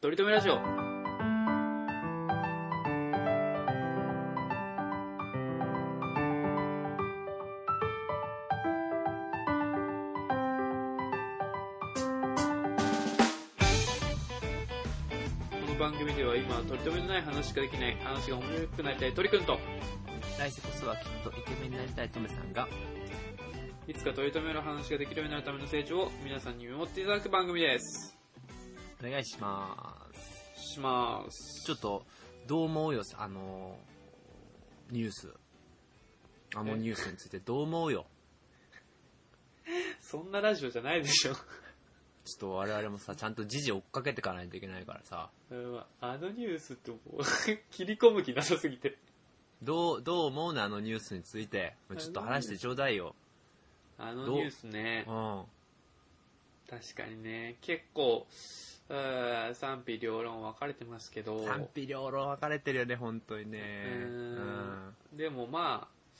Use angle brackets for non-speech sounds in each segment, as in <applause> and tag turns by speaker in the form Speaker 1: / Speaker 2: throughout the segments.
Speaker 1: とりとめラジオ。この番組では今はとりとめのない話しかできない話が面白くなりたいとりくんと
Speaker 2: 来世こそはきっとイケメンになりたいトメさんが
Speaker 1: いつかとりとめの話ができるようになるための成長を皆さんに見守っていただく番組です
Speaker 2: お願いします
Speaker 1: します
Speaker 2: ちょっとどう思うよあのニュースあの
Speaker 1: え
Speaker 2: ニュースについてどう思うよ
Speaker 1: そんなラジオじゃないでしょ
Speaker 2: ちょっと我々もさちゃんと時事追っかけていかないといけないからさ
Speaker 1: うんあのニュースってもう <laughs> 切り込む気なさすぎて
Speaker 2: どうどう思うのあのニュースについてちょっと話してちょうだいよ、
Speaker 1: あの
Speaker 2: どう
Speaker 1: ニュースね
Speaker 2: うん、
Speaker 1: 確かにね結構うー賛否両論分かれてますけど
Speaker 2: 賛否両論分かれてるよね本当にね
Speaker 1: うーんでもまあ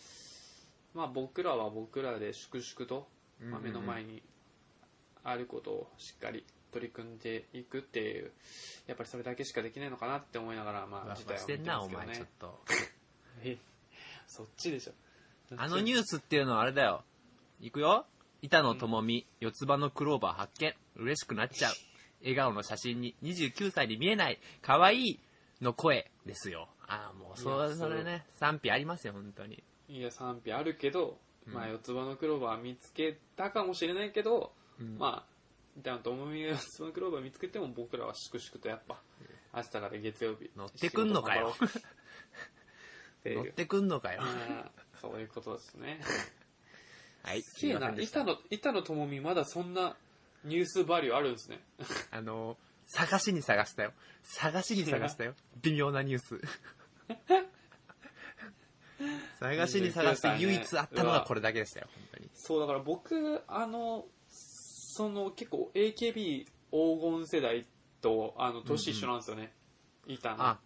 Speaker 1: まあ僕らは僕らで粛々と、
Speaker 2: うん
Speaker 1: まあ目の前にあることをしっかり取り組んでいくっていうやっぱりそれだけしかできないのかなって思いながらま
Speaker 2: ふ
Speaker 1: あ
Speaker 2: わ
Speaker 1: 事
Speaker 2: ふわ
Speaker 1: 態を見
Speaker 2: して
Speaker 1: て
Speaker 2: んな
Speaker 1: ます
Speaker 2: お
Speaker 1: けど
Speaker 2: 前ちょっ
Speaker 1: ね
Speaker 2: と
Speaker 1: え <laughs> そっちでしょ
Speaker 2: あのニ
Speaker 1: ュ
Speaker 2: ュースっていうのはあれだよ。いくよ。板野友美、四つ葉のクローバー発見。嬉しくなっちゃう。笑顔の写真に29歳に見えない。可愛いの声ですよ。ああ、もう、
Speaker 1: い
Speaker 2: そ
Speaker 1: や
Speaker 2: れ、それね、賛否ありますよ、本当に。
Speaker 1: いや賛否あるけど、
Speaker 2: うん
Speaker 1: まあ四つ葉のクローバー見つけたかもしれないけど、
Speaker 2: うん
Speaker 1: まあじゃあともみが四つ葉のクローバー見つけても僕らは粛々とやっぱ明日から月曜日
Speaker 2: 乗ってくんのかよ
Speaker 1: 仕事頑張ろうっていう
Speaker 2: 乗ってくんのかよ。
Speaker 1: まあそういうことです
Speaker 2: <laughs>
Speaker 1: ね
Speaker 2: はい、
Speaker 1: すげえな
Speaker 2: ませんでした
Speaker 1: 板野板野友美まだそんなニュースバリューあるんですね
Speaker 2: あの、探しに探したよ。探しに探したよ。微妙なニュー
Speaker 1: <laughs>
Speaker 2: ス。探しに探して唯一あったのがこれだけでしたよ、本当に。
Speaker 1: そうだから僕あのその結構 AKB 黄金世代とあの年一緒なんですよね、板野
Speaker 2: あ、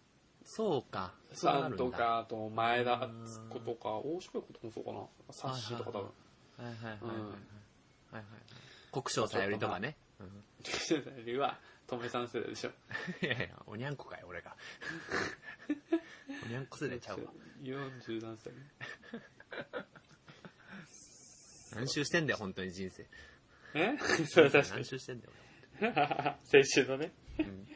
Speaker 2: そうか。そう
Speaker 1: さ
Speaker 2: なる
Speaker 1: ん
Speaker 2: ん
Speaker 1: と
Speaker 2: だ
Speaker 1: か、あと前田敦子とか、大島子とかもそうかな。サッシーとか多
Speaker 2: はい
Speaker 1: 分。 <laughs>
Speaker 2: はいはいはいはい
Speaker 1: うん
Speaker 2: はいはい国章さゆりとかね。うん
Speaker 1: 世代は、とめさん世代でしょ。
Speaker 2: いやいや、
Speaker 1: <laughs>
Speaker 2: おにゃんこかよ、俺 <laughs> が。おにゃんこ世代ちゃうわ。
Speaker 1: 40何歳。
Speaker 2: 何周してんだよ、本当に人生。 <laughs>
Speaker 1: えそう、確か
Speaker 2: 何
Speaker 1: に。
Speaker 2: 周してんだよ、
Speaker 1: <laughs> 先週のね。
Speaker 2: 俺。うん
Speaker 1: <laughs>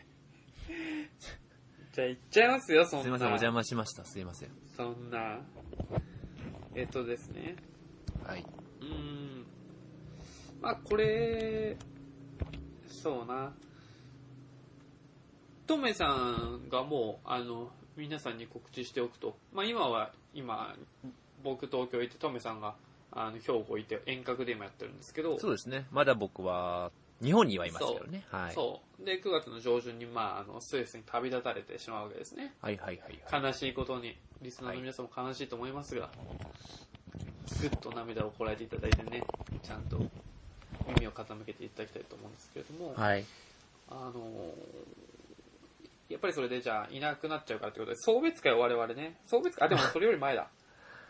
Speaker 1: じゃあ行っちゃいますよ、そんな。
Speaker 2: すいません、お邪魔しました。すいません。
Speaker 1: そんな。えっとですね。
Speaker 2: はい。
Speaker 1: うーん。まあ、これ、そうな。トメさんがもう、あの、皆さんに告知しておくと。まあ、今は、今、僕東京行って、トメさんが、あの、兵庫行って、遠隔で今やってるんですけど、
Speaker 2: そうですね。まだ僕は、日本にはいますけどね。はい。
Speaker 1: そうで、9月の上旬に、まあ、あの、スイスに旅立たれてしまうわけですね。
Speaker 2: はいはいはいはい。
Speaker 1: 悲しいことに、リスナーの皆さんも悲しいと思いますが、ぐっと涙をこらえていただいてね、ちゃんと耳を傾けていただきたいと思うんですけれども、
Speaker 2: はい。
Speaker 1: あのーやっぱりそれでじゃあいなくなっちゃうからということで、送別会を我々ね、送別会、あ、でもそれより前
Speaker 2: <laughs>
Speaker 1: だ。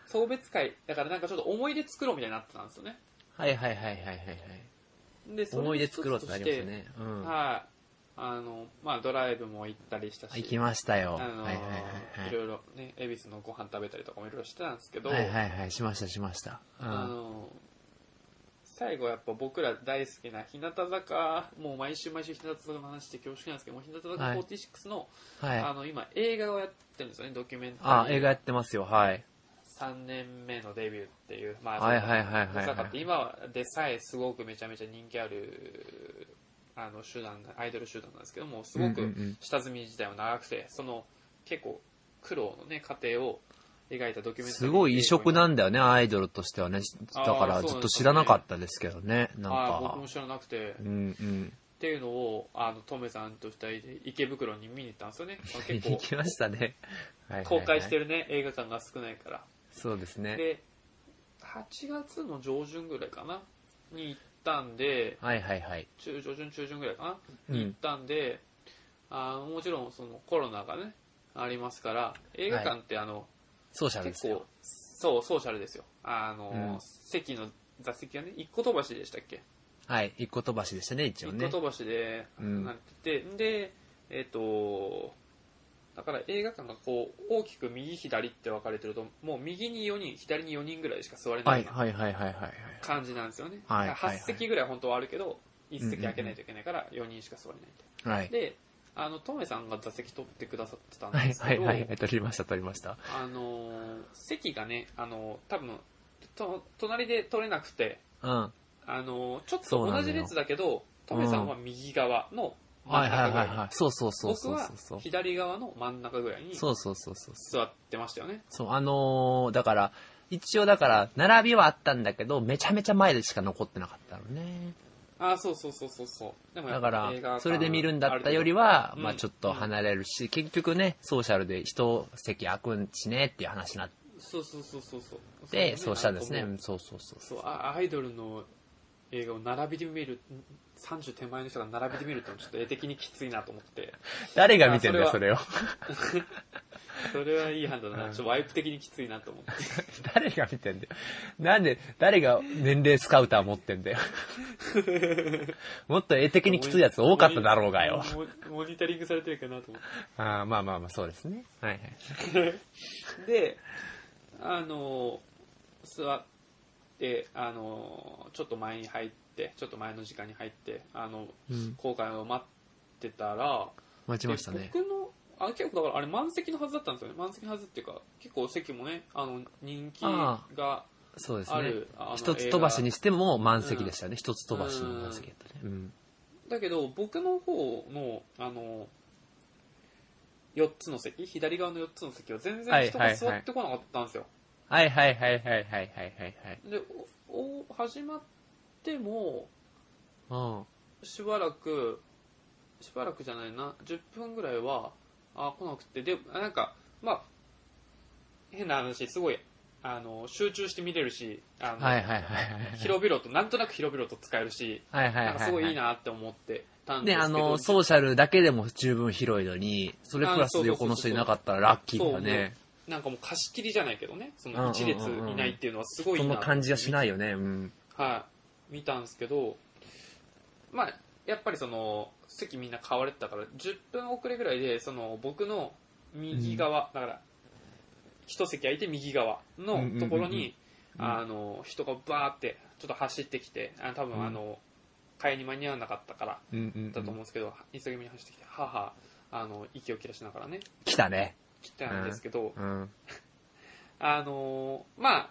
Speaker 1: 送別会、だからなんかちょっと思い出作ろうみたいになってたんですよね。
Speaker 2: はいはいはいはいはいはい。
Speaker 1: で、それの
Speaker 2: 思い出
Speaker 1: 一つと
Speaker 2: 作ろうってなりました
Speaker 1: して。
Speaker 2: ね。うん。あ
Speaker 1: はい。あの、まあドライブも行ったりしたし、
Speaker 2: 行きましたよ。は
Speaker 1: あ
Speaker 2: い
Speaker 1: のー
Speaker 2: はいはい
Speaker 1: いろいろね、恵比寿のご飯食べたりとかもいろいろしてたんですけど、
Speaker 2: はい。はいはいはい。しましたしました。う
Speaker 1: あ
Speaker 2: ん。
Speaker 1: の最後やっぱ僕ら大好きな日向坂もう毎週毎週日向坂の話して恐縮なんですけどもう日向坂
Speaker 2: はい
Speaker 1: 46の,、
Speaker 2: はい。
Speaker 1: あの今映画をやってるんですよねドキュメンタ
Speaker 2: あ、
Speaker 1: リ
Speaker 2: 映
Speaker 1: ー
Speaker 2: 画やってますよ、はい。
Speaker 1: 3年目のデビューっていうまあ、
Speaker 2: はいはいはい
Speaker 1: 日
Speaker 2: は
Speaker 1: 向
Speaker 2: い、
Speaker 1: 坂っ
Speaker 2: は
Speaker 1: て
Speaker 2: い。
Speaker 1: 今でさえすごくめちゃめちゃ人気あるあの集団アイドル集団なんですけどもすご
Speaker 2: うんう
Speaker 1: く
Speaker 2: んうん
Speaker 1: 下積み時代は長くてその結構苦労のね過程を描いたドキュメンタリー
Speaker 2: すごい異色
Speaker 1: ん
Speaker 2: なんだよね、アイドルとしてはね。だからずっと知らなかったですけどね、なん
Speaker 1: あ
Speaker 2: か
Speaker 1: 僕も。知らなくて
Speaker 2: うんうん。
Speaker 1: っていうのをあのトメさんと二人で池袋に見に行ったんですよ
Speaker 2: <laughs>
Speaker 1: ね、まあ
Speaker 2: 見
Speaker 1: 結
Speaker 2: に
Speaker 1: 構
Speaker 2: 来ましたね。はいはいはい
Speaker 1: 公開してるね映画館が少ないから
Speaker 2: そうですね。
Speaker 1: で8月の上旬ぐらいかなに行ったんで
Speaker 2: はいはいはい。
Speaker 1: 中上旬中旬ぐらいか
Speaker 2: う
Speaker 1: なに行っ
Speaker 2: ん。
Speaker 1: たんで、あーもちろんそのコロナがねありますから映画館ってあの、
Speaker 2: ソーシャルで
Speaker 1: 結
Speaker 2: すよ
Speaker 1: 構。そうソーシャルですよあの、
Speaker 2: うん
Speaker 1: 席の座席がね一個飛ばしでしたっけ
Speaker 2: はい。一個飛ばしでしたね、一応
Speaker 1: 一
Speaker 2: ね。
Speaker 1: 個飛ばしで
Speaker 2: うん
Speaker 1: なってて、でえっ、と、だから映画館がこう、大きく右左って分かれてると、もう右に4人、左に4人ぐらいしか座れな
Speaker 2: はいいはいはいはいはいはい。
Speaker 1: 感じなんですよね。
Speaker 2: はい
Speaker 1: だから8席ぐらい本当はあるけど、1席開けないといけないから4人しか座れないって
Speaker 2: はい。
Speaker 1: で、あの、トメさんが座席取ってくださってたん
Speaker 2: はい
Speaker 1: です
Speaker 2: は
Speaker 1: け
Speaker 2: い
Speaker 1: ど、
Speaker 2: はい。取りました取りました。
Speaker 1: あのー席がね、あのー多分と、隣で取れなくて、
Speaker 2: うん。は
Speaker 1: あのーちょっ
Speaker 2: そう
Speaker 1: と
Speaker 2: なの
Speaker 1: 同
Speaker 2: よ
Speaker 1: じ列だけど、トメさんは右側の
Speaker 2: い
Speaker 1: 真
Speaker 2: は
Speaker 1: ん
Speaker 2: いは
Speaker 1: 中
Speaker 2: い
Speaker 1: ぐらい。
Speaker 2: はい。そうそうそう
Speaker 1: 僕
Speaker 2: そう
Speaker 1: は
Speaker 2: そう。
Speaker 1: 左側の真ん中ぐらいに
Speaker 2: そうそうそうそう。
Speaker 1: 座ってましたよね。
Speaker 2: そう、あのー、だから、一応だから、並びはあったんだけど、めちゃめちゃ前でしか残ってなかったのね。
Speaker 1: ああ、そうそうそうそうそう。でもやっ
Speaker 2: だか
Speaker 1: ぱ
Speaker 2: ら
Speaker 1: 映画、館
Speaker 2: それで見るんだったよりは、
Speaker 1: うん
Speaker 2: まあちょっと離れるし、結局ね、ソーシャルで人席空くんしねっていう話になっ
Speaker 1: ある程度そうそうそうそうそう。
Speaker 2: て、そうしたんですね。
Speaker 1: な
Speaker 2: うん
Speaker 1: かも
Speaker 2: んそうそうそう
Speaker 1: う
Speaker 2: そ
Speaker 1: そうあ、アイドルの映画を並びで見る、30手前の人が並びで見るってのはちょっと絵的にきついなと思って、
Speaker 2: う。誰が見てんだよ、
Speaker 1: あ
Speaker 2: そ
Speaker 1: そ
Speaker 2: れを。 <laughs>
Speaker 1: それはいい判断だな。ちょっとワイプ的にきついなと思って。
Speaker 2: 誰が見てんだよ。なんで、誰が年齢スカウター持ってんだよ。 <laughs> もっと絵的にきついやつ多かっただろうがよ。
Speaker 1: モニ。モニタリングされてるかなと思っ
Speaker 2: あーまあまあまあ、そうですね。はいはい。
Speaker 1: て。で、あの、座って、あの、ちょっと前に入って、ちょっと前の時間に入って、あの、
Speaker 2: うん
Speaker 1: 公開を待ってたら、
Speaker 2: 待ちました
Speaker 1: で。
Speaker 2: ね
Speaker 1: 僕の、あ、結構だからあれ満席のはずだったんですよね。満席のはずっていうか、結構席もね、あの、人気
Speaker 2: あ
Speaker 1: が
Speaker 2: そうです
Speaker 1: あ
Speaker 2: ね。
Speaker 1: る。あの
Speaker 2: 一つ飛ばし
Speaker 1: 映
Speaker 2: にしても満席でしたね。一つ飛ばしの満席だったね。うん。
Speaker 1: 画だけど、僕の方の、あの、4つの席、左側の4つの席は全
Speaker 2: は
Speaker 1: 然
Speaker 2: い
Speaker 1: 人
Speaker 2: は
Speaker 1: が
Speaker 2: いはい
Speaker 1: 座ってこなかったんですよ。
Speaker 2: はいはいはいはいはいはいはいはい。
Speaker 1: でおお始まっても
Speaker 2: うん。
Speaker 1: しばらくしばらくじゃないな10分ぐらいはあ来なくてであなんかまあ変な話すごいあの集中して見れるしあの、
Speaker 2: はいはいはいはい。
Speaker 1: 広々となんとなく広々と使えるし、
Speaker 2: はいはいは
Speaker 1: なん
Speaker 2: い。
Speaker 1: かすごいいい。なって思ってたんで
Speaker 2: ね、
Speaker 1: すけど
Speaker 2: あの、ソーシャルだけでも十分広いのに、それプラス横の人いなかったらラッキーだね。
Speaker 1: なんかもう貸し切りじゃないけどねそ
Speaker 2: うんう
Speaker 1: の
Speaker 2: んうんうん
Speaker 1: 1列いないっていうのはすごいい
Speaker 2: そ
Speaker 1: いな
Speaker 2: の
Speaker 1: って
Speaker 2: 感じがしないよね。うん。
Speaker 1: はい、見たんですけど、まあ、やっぱりその席みんな買われてたから10分遅れぐらいでその僕の右側、だから一席空いて右側
Speaker 2: うん
Speaker 1: の
Speaker 2: うんうんうん
Speaker 1: ところに、
Speaker 2: うん
Speaker 1: あの人がバーってちょっと走ってきてあ多
Speaker 2: うん
Speaker 1: 分あの、買いに間に合わなかったから
Speaker 2: うんうん
Speaker 1: だと思うんですけど、急ぎ目に走ってきて母あの息を切らしながらね
Speaker 2: 来たね。
Speaker 1: 来たんですけど、
Speaker 2: うん。
Speaker 1: あのーまあ、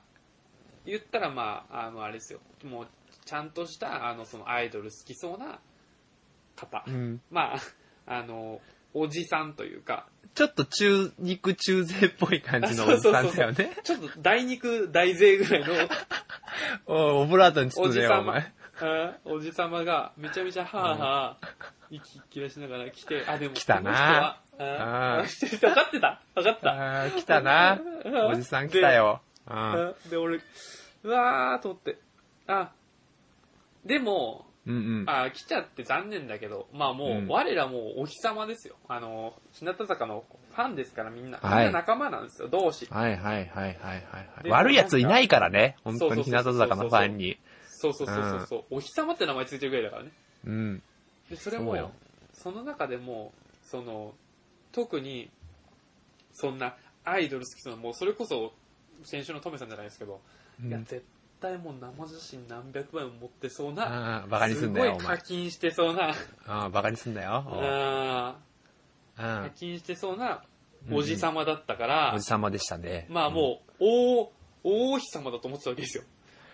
Speaker 1: 言ったらまあ、あの、あれですよ。もう、ちゃんとした、あの、そのアイドル好きそうな方。
Speaker 2: うん。
Speaker 1: まあ、あのおじさんというか、
Speaker 2: ちょっと中肉中背っぽい感じのおじさんだよね。
Speaker 1: ちょっと大肉大勢ぐらいの
Speaker 2: <laughs> おいオブラートに包んでよ、お
Speaker 1: おじ
Speaker 2: 前。
Speaker 1: あおじさまが、めちゃめちゃはーはー、息切らしながら来て、あ、でも、
Speaker 2: 来たな
Speaker 1: この人
Speaker 2: あ
Speaker 1: <laughs> はあーわかってたわかった。
Speaker 2: あー来
Speaker 1: <laughs>
Speaker 2: たな。おじさん来たよ。うん。
Speaker 1: で、俺、うわーと思って、あ、でも、
Speaker 2: うんうん。
Speaker 1: まあ、来ちゃって残念だけど、まあもう、
Speaker 2: うん
Speaker 1: 我らもうお日様ですよ。あの、日向坂のファンですからみんな、
Speaker 2: はい
Speaker 1: みんな仲間なんですよ、同志。
Speaker 2: はいはいはいはいはいはい。
Speaker 1: で
Speaker 2: 悪い奴いないからね。本当に日
Speaker 1: そうそ
Speaker 2: 向
Speaker 1: うそうそう
Speaker 2: 坂のファンに。
Speaker 1: そうそうそうそうそう、お日様って名前ついてるぐらいだからね。
Speaker 2: うん。
Speaker 1: で、それ
Speaker 2: そ
Speaker 1: も
Speaker 2: うよ、
Speaker 1: その中でも、その、特に、そんなアイドル好きそうな、もうそれこそ、先週のトメさんじゃないですけど、
Speaker 2: う
Speaker 1: いや、
Speaker 2: ん
Speaker 1: 絶対もう生写真何百枚も持ってそうな、
Speaker 2: ああ、バカにすんだよ、お
Speaker 1: すごい
Speaker 2: 前
Speaker 1: 課。金してそうな、
Speaker 2: ああ、バカにすんだよ。おう
Speaker 1: あ
Speaker 2: う
Speaker 1: ー課
Speaker 2: ん。
Speaker 1: 金してそうなおじ様だったから、
Speaker 2: おじさまでしたね。
Speaker 1: まあもう、おお、お日様だと思ってたわけですよ。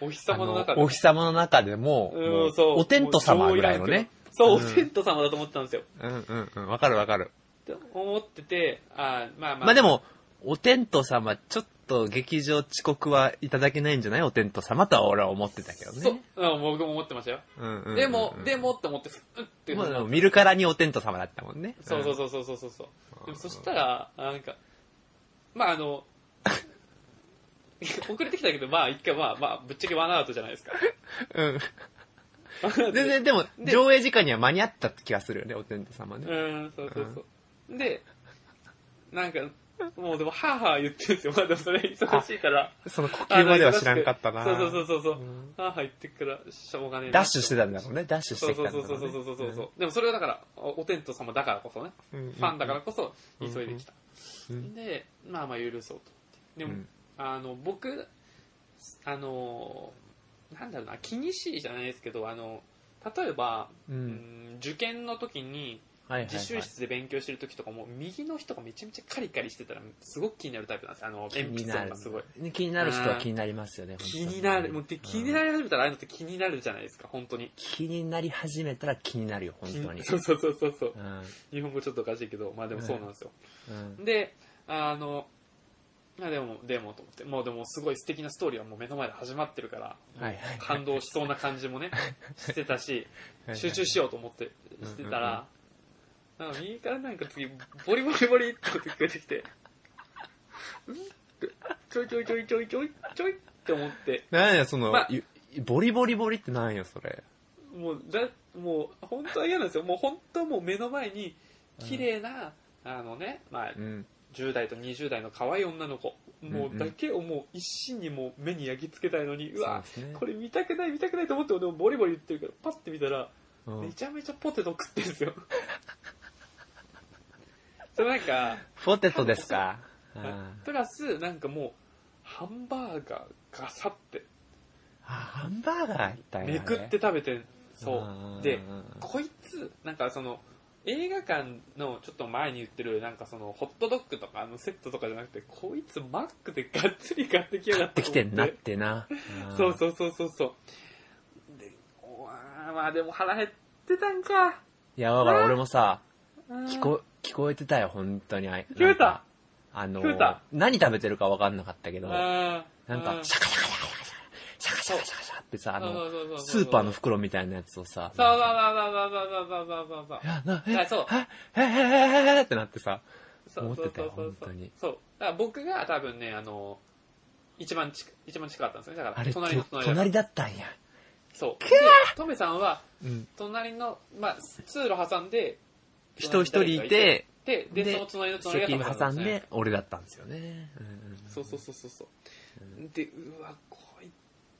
Speaker 1: お日
Speaker 2: うん、あ
Speaker 1: 様の
Speaker 2: の
Speaker 1: 中、で。
Speaker 2: お日様の中でも、
Speaker 1: うん
Speaker 2: もう
Speaker 1: そう
Speaker 2: お天道様ぐらいのね。
Speaker 1: そう、お
Speaker 2: うん
Speaker 1: 天道様だと思ってたんですよ。
Speaker 2: うんうんうん。わかるわかる。
Speaker 1: って思ってて、あーまあまあ。
Speaker 2: まあで、も、お天道様、ちょっと劇場遅刻はいただけないんじゃないお天道様とは俺は思ってたけどね。
Speaker 1: そう、うん、僕も思ってましたよ。
Speaker 2: うんうんうんうん。
Speaker 1: でも、でもって思って、うんって。
Speaker 2: まあでも見るからにお天道様だったもんね。
Speaker 1: そうそ
Speaker 2: ん
Speaker 1: うそうそうそうそうそう。でもそしたら、なんか、まああ
Speaker 2: <laughs>
Speaker 1: の、遅れてきたけど、まあ一回まあまあ、ぶっちゃけワンアウトじゃないですか。 <laughs>
Speaker 2: うん。 <laughs> 全然、でも、上映時間には間に合った気がするよね、お天道様ね。
Speaker 1: うん、そうそうそう。で、なんか、もうでも、はぁはぁ言ってるんですよ。まだそれ忙しいから。
Speaker 2: その呼吸までは知らんかったな。
Speaker 1: そうそうそうそうそう
Speaker 2: うん。
Speaker 1: はぁはぁ言ってっから、しょうがねえな
Speaker 2: ダッシュしてたんだろうね。ダッシュし
Speaker 1: そう
Speaker 2: てき
Speaker 1: そう
Speaker 2: たんだ
Speaker 1: そ
Speaker 2: ろ
Speaker 1: うそうそうそ
Speaker 2: ね
Speaker 1: うそうそう。でもそれはだから、おお天道様だからこそね。
Speaker 2: うん
Speaker 1: ファンだからこそ、
Speaker 2: うん
Speaker 1: 急いできた。
Speaker 2: うん
Speaker 1: で、まあまあ許そうと。でも、
Speaker 2: うん
Speaker 1: あの、僕、あの、なんだろうな、気にしいじゃないですけど、あの、例えば、
Speaker 2: うん
Speaker 1: うん受験の時に、
Speaker 3: はいはい、
Speaker 1: 自習
Speaker 3: はい。
Speaker 1: 室で勉強してる時とかも、右の人がめちゃめちゃカリカリしてたら、すごく気になるタイプなんですよ。あの、鉛筆音がすごい。
Speaker 3: 気になる人は気になりますよね。
Speaker 1: 気になる、もうで気にな
Speaker 3: る。
Speaker 1: り始めたら、ああいうのって気になるじゃないですか、本当に。
Speaker 3: 気になり始めたら気になるよ、本当に。
Speaker 1: <laughs> そうそうそうそうそう。
Speaker 3: うん。
Speaker 1: 日本語ちょっとおかしいけど、まあでもそうなんですよ。
Speaker 3: うん。
Speaker 1: で、あの、まあでも、でもと思って、もうでもすごい素敵なストーリーはもう目の前で始まってるから、
Speaker 3: はいはい。
Speaker 1: 感動しそうな感
Speaker 3: <laughs>
Speaker 1: じもね、してたし、集中しようと思ってしてたら、なんか右からなんか次、ボリボリボリって音聞こえてきて、んってちょいちょいちょいちょいちょいちょいって思って、
Speaker 2: なんや、その、
Speaker 1: まあ
Speaker 2: ゆボリボリボリってなんや、それ。
Speaker 1: もう、だ、もう、本当は嫌なんですよ。もう本当はもう目の前に、綺麗な、あのね、まあ
Speaker 2: う、ん。
Speaker 1: 10代と20代の可愛い女の子も
Speaker 2: うんう
Speaker 1: うんだけをもう一心にもう目に焼き付けたいのにうわ
Speaker 2: そうですね
Speaker 1: これ見たくない見たくないと思ってもでもボリボリ言ってるからパッて見たら
Speaker 2: うん
Speaker 1: めちゃめちゃポテト食ってるんですよ <laughs> それなんか
Speaker 3: ポテトですかうん
Speaker 1: プラスなんかもうハンバーガーガサって
Speaker 2: あ、ハンバーガーやったんやね
Speaker 1: めくって食べてん
Speaker 2: うんうん
Speaker 1: そ
Speaker 2: うん
Speaker 1: うでこいつなんかその映画館のちょっと前に売ってるなんかそのホットドッグとかあのセットとかじゃなくてこいつマックでがっつり買ってきやがっ
Speaker 3: で
Speaker 1: て
Speaker 3: きてんなってな。
Speaker 1: <laughs> そうそうそうそうそう。で、うわーまあでも腹減ってたんか。
Speaker 3: うん。いや、だから俺もさ、
Speaker 1: うん
Speaker 3: 聞こ、聞こえてたよ、本当に。聞
Speaker 1: 聞こえた
Speaker 3: あの
Speaker 1: 聞こえた、
Speaker 3: 何食べてるか分かんなかったけど、なん
Speaker 1: あー
Speaker 3: か
Speaker 1: う、ん
Speaker 3: シャカシャカシャカシャカシャカシャカシャカシャカってさ、あ
Speaker 1: そ
Speaker 3: の、
Speaker 1: うそうそうそう
Speaker 3: スーパーの袋みたいなやつをさ、
Speaker 1: そうそうそうそうそうそうそう
Speaker 3: いや、な、
Speaker 1: い
Speaker 3: え、
Speaker 1: やそう
Speaker 3: え、え、え、え、え、ってなってさ、
Speaker 1: そう。
Speaker 3: 思ってたよ
Speaker 1: そうそうそうそう
Speaker 3: 本当に
Speaker 1: そう。だから僕が多分ね、あの、一番近、一番近かったんですね。だか
Speaker 3: あ
Speaker 1: ら、
Speaker 3: れ、
Speaker 1: 隣の
Speaker 3: と
Speaker 1: 隣だ。
Speaker 3: 隣だったんや。
Speaker 1: そう。で、トメさんは、
Speaker 2: うん。
Speaker 1: 隣の、まあ、通路挟んで、
Speaker 3: 人一人い、て、
Speaker 1: で、で、
Speaker 3: で
Speaker 1: その隣の隣が
Speaker 3: 席
Speaker 1: トメさ
Speaker 3: 挟
Speaker 1: ん
Speaker 3: ん
Speaker 1: なんですね
Speaker 3: で、俺だったんですよね。うん
Speaker 1: そうそうそうそうそう。で、うわ、こい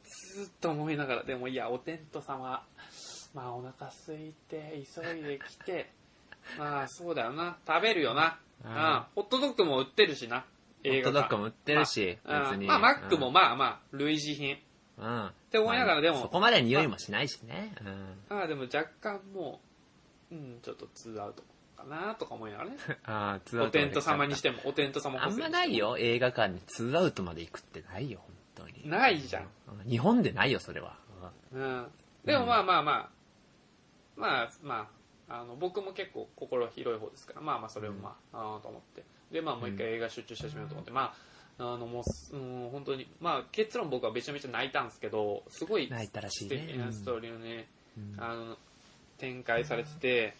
Speaker 1: つと思いながら、でもいや、お天道様、まあお腹空いて、急いで来て、 <laughs> まあそうだよな、食べるよな。
Speaker 3: う
Speaker 1: うんん、ホットドッグも売ってるしな。
Speaker 3: ホットドッグ
Speaker 1: も
Speaker 3: も売ってるし、別に。
Speaker 1: まあ、マックも
Speaker 3: うん、
Speaker 1: まあまあ、類似品。
Speaker 3: うん。って
Speaker 1: 思いながらでも
Speaker 3: そこまで匂いもしないしね。うん。
Speaker 1: ああ、でも若干もう、うん、ちょっとツーアウトかなとか思いながらね。
Speaker 3: <laughs> あーツーア
Speaker 1: お
Speaker 3: ウトま
Speaker 1: 天
Speaker 3: で来ちゃ
Speaker 1: 道
Speaker 3: った
Speaker 1: 様にしても、お天道様
Speaker 3: あ
Speaker 1: 補
Speaker 3: ん
Speaker 1: 正
Speaker 3: まないよ、映画館にツーアウトまで行くってないよ、本当に。
Speaker 1: ないじゃん。
Speaker 3: うん日本でないよ、それは。
Speaker 1: うんでもまあまあまあ、まあまあ、あの僕も結構心広い方ですから、まあまあそれをまあ、あーと思って。でまあもう一回映画集中して始めようと思って、まあ、あのもうす、うん、本当に、まあ結論僕はめちゃめちゃ泣いたんですけど、すごい
Speaker 3: 泣いたらしい
Speaker 1: 素
Speaker 3: ね
Speaker 1: 敵なストーリーをね、
Speaker 3: うん
Speaker 1: あの、展開されてて、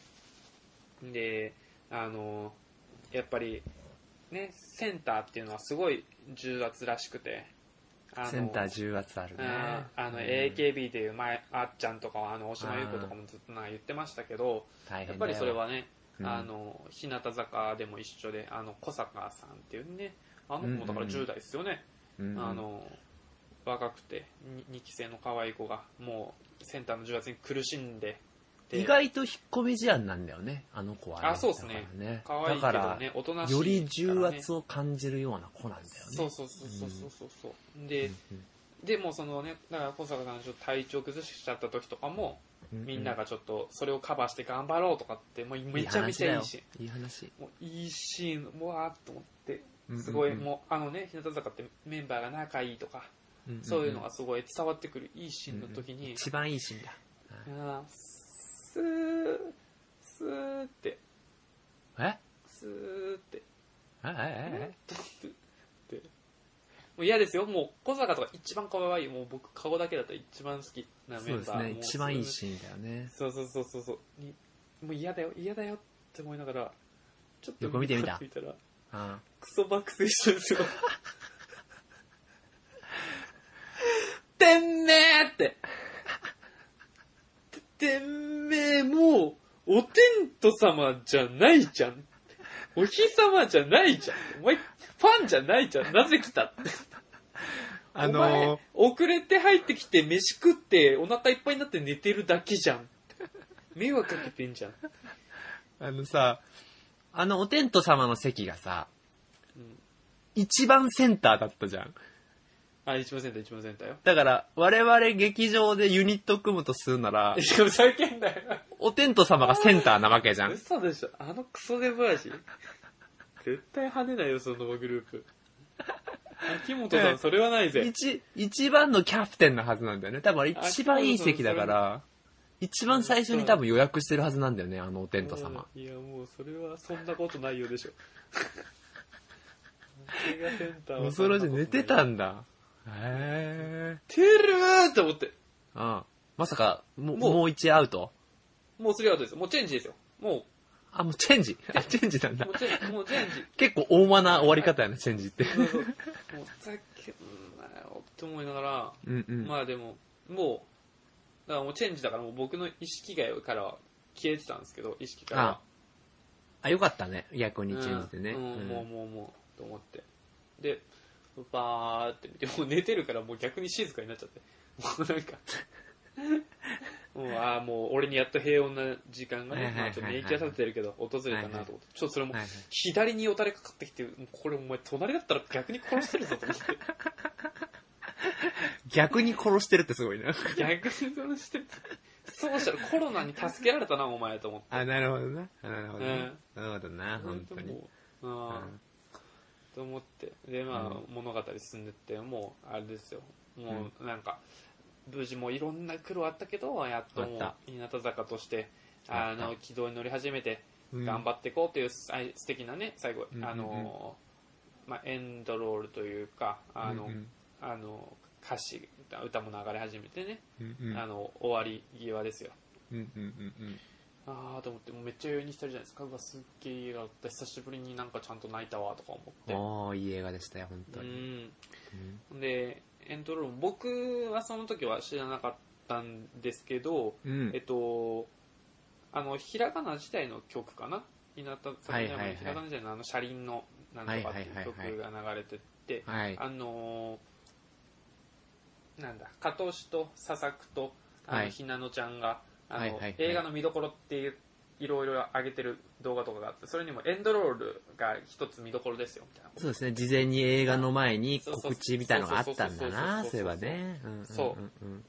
Speaker 1: で、あの、やっぱり、ね、センターっていうのはすごい重圧らしくて、あの
Speaker 3: センター重圧あるね。
Speaker 1: あの
Speaker 3: うん
Speaker 1: AKB でいう前あっちゃんとかあの大島優子とかもずっとな言ってましたけど
Speaker 3: 大変だよ
Speaker 1: やっぱりそれはね、
Speaker 3: うん
Speaker 1: あの日向坂でも一緒であの小坂さんっていうねあの子もだから
Speaker 3: うんうんうん
Speaker 1: 10代ですよね、
Speaker 3: うん
Speaker 1: あの若くて2期生の可愛い子がもうセンターの重圧に苦しんでで
Speaker 3: 意外と引っ込み思案なんだよね、あの子は、
Speaker 1: あそうっすね
Speaker 3: だ
Speaker 1: 可
Speaker 3: から
Speaker 1: 愛
Speaker 3: ね。だ
Speaker 1: いけ
Speaker 3: から
Speaker 1: ど、ね大人しいからね、
Speaker 3: より重圧を感じるような子なんだよね。
Speaker 1: そうそうそうそうそうそうそう、で、
Speaker 3: うん
Speaker 1: でもそのねだから小坂さんがちょっと体調崩しちゃった時とかもみんながちょっとそれをカバーして頑張ろうとかってもうめちゃめちゃいいシーン
Speaker 3: いい話
Speaker 1: もういいシーンうわーっと思って
Speaker 3: うんうんうん
Speaker 1: すごいもうあのね日向坂ってメンバーが仲いいとか
Speaker 3: だよ。
Speaker 1: そういうの
Speaker 3: あ
Speaker 1: がすごい伝わってくるいいシーンの時に
Speaker 3: 一番いいシーンだ。
Speaker 1: あースースーって
Speaker 3: え
Speaker 1: スーって
Speaker 3: えええ
Speaker 1: ってもう嫌ですよもう小坂とか一番可愛いもう僕顔だけだったら一番好きなメ
Speaker 3: そう
Speaker 1: ン
Speaker 3: です
Speaker 1: バー
Speaker 3: ね、
Speaker 1: も
Speaker 3: 一番いいシーンだよね。
Speaker 1: そうそうそうそうそうにもう嫌だよ嫌だよって思いながらちょっと
Speaker 3: 横見てみた
Speaker 1: 見たら
Speaker 3: うん
Speaker 1: クソ爆睡してるんですよてんめーってててんめーもうお天道様じゃないじゃんお日様じゃないじゃん。お前、ファンじゃないじゃん。なぜ来たって。
Speaker 4: あ
Speaker 1: お前
Speaker 4: の、
Speaker 1: 遅れて入ってきて、飯食って、お腹いっぱいになって寝てるだけじゃん。迷惑かけてんじゃん。
Speaker 4: あのさ、
Speaker 2: あのお天道様の席がさ、
Speaker 1: うん
Speaker 4: 一番センターだったじゃん。
Speaker 1: あ、一番センター、一番センターよ。
Speaker 4: だから、我々劇場でユニット組むとするな
Speaker 1: <laughs>
Speaker 4: ら、
Speaker 1: しかも最近だよ。
Speaker 2: お天道様がセンターなわけじゃん。
Speaker 1: 嘘でしょ。あのクソデブ味。絶対跳ねないよ、そのグループ。秋元さ
Speaker 4: ええ
Speaker 1: ん、それはないぜ。
Speaker 2: 一、一番のキャプテンのはずなんだよね。多分一番いい席だから、一番最初に多分予約してるはずなんだよね、あのお天道様。
Speaker 1: いや、もうそれはそんなことないよでしょ。それがセンターは
Speaker 2: 恐ろしい、寝てた
Speaker 1: 寝
Speaker 2: んだ。へ
Speaker 1: てるーって思って。
Speaker 2: え。うん。まさか、もう、
Speaker 1: もう
Speaker 2: もう一アウト
Speaker 1: もうスリーアウトです。もうチェンジですよ。も
Speaker 2: あ、もうチェン <laughs> ジ。あ、チェンジなん
Speaker 1: う、
Speaker 2: だ
Speaker 1: も。うチェンジ、もうチェンジ。
Speaker 2: 結構大間な終わり方やな、チェンジって。
Speaker 1: そうそう。もうふざけんなよって思いながら、
Speaker 2: うんうん。
Speaker 1: まあでも、もう、だからもうチェンジだからもう僕の意識外からは消えてたんですけど、意識からは
Speaker 2: あ。あ、よかったね。逆にチェンジでね。
Speaker 1: うんうん
Speaker 2: うん
Speaker 1: もうもうもう、と思って。で、バーって見て、もう寝てるからもう逆に静かになっちゃって。もうなんか、もうああ、もう俺にやっと平穏な時間が
Speaker 2: は
Speaker 1: ね
Speaker 2: い、はい
Speaker 1: ま
Speaker 2: はい
Speaker 1: あちょっと免疫がされてるけど、訪れたなと思って、ちょっとそれも
Speaker 2: はいはい
Speaker 1: 左によたれかかってきて、もうこれお前隣だったら逆に殺してるぞと思って。
Speaker 2: 逆に殺してるってすごいな。
Speaker 1: 逆にそのしてるそうしたらコロナに助けられたな、お前と思って。
Speaker 2: あ、なるほどな。あなるほど
Speaker 1: え
Speaker 2: ね。なるほどな、本当に。
Speaker 1: もうああ、
Speaker 2: うん
Speaker 1: と思ってでまあ、物語進んでってもうあれですよもうなんか、無事もういろんな苦労あったけどやっとも
Speaker 2: あっ
Speaker 1: う日向坂として
Speaker 2: あ
Speaker 1: あ
Speaker 2: った
Speaker 1: の軌道に乗り始めて
Speaker 2: うん
Speaker 1: 頑張っていこうというすあい素敵なね最後、
Speaker 2: うんうんうん
Speaker 1: あのまあ、エンドロールというかあの、
Speaker 2: うんうん
Speaker 1: あの歌詞歌も流れ始めてね、
Speaker 2: うんうん
Speaker 1: あの終わり際ですよ
Speaker 2: うんうんうん
Speaker 1: ああと思ってもうめっちゃ余裕にしてるじゃないですかうわすっげえいい映画だった久しぶりになんかちゃんと泣いたわとか思
Speaker 2: うん。
Speaker 1: っ
Speaker 2: おー、いい映画でしたよ、本
Speaker 1: て
Speaker 2: 当
Speaker 1: う
Speaker 2: に。
Speaker 1: ん
Speaker 2: うん
Speaker 1: でエントロールも僕はその時は知らなかったんですけど、
Speaker 2: う
Speaker 1: え
Speaker 2: ん
Speaker 1: っ。とあのひらがな自体の曲かな日向坂
Speaker 2: はい
Speaker 1: に
Speaker 2: は
Speaker 1: あ
Speaker 2: いはい
Speaker 1: るひらがな自体のあの車輪のなんとかっていう曲
Speaker 2: はいはい
Speaker 1: が流れてって、
Speaker 2: はい。
Speaker 1: あのーなんだ加藤氏と佐々木とあの、
Speaker 2: はい
Speaker 1: ひなのちゃんがあの、
Speaker 2: はいはいはい
Speaker 1: 映画の見どころっていういろいろ上げてる動画とかがあってそれにもエンドロールが一つ見どころですよみたいなこと
Speaker 2: そうですね、事前に映画の前に
Speaker 1: そうそう
Speaker 2: 告知みたいのがあったんだな、
Speaker 1: そう
Speaker 2: そう
Speaker 1: そうそうそう
Speaker 2: いえばね。うんうんうん
Speaker 1: そ
Speaker 2: うん。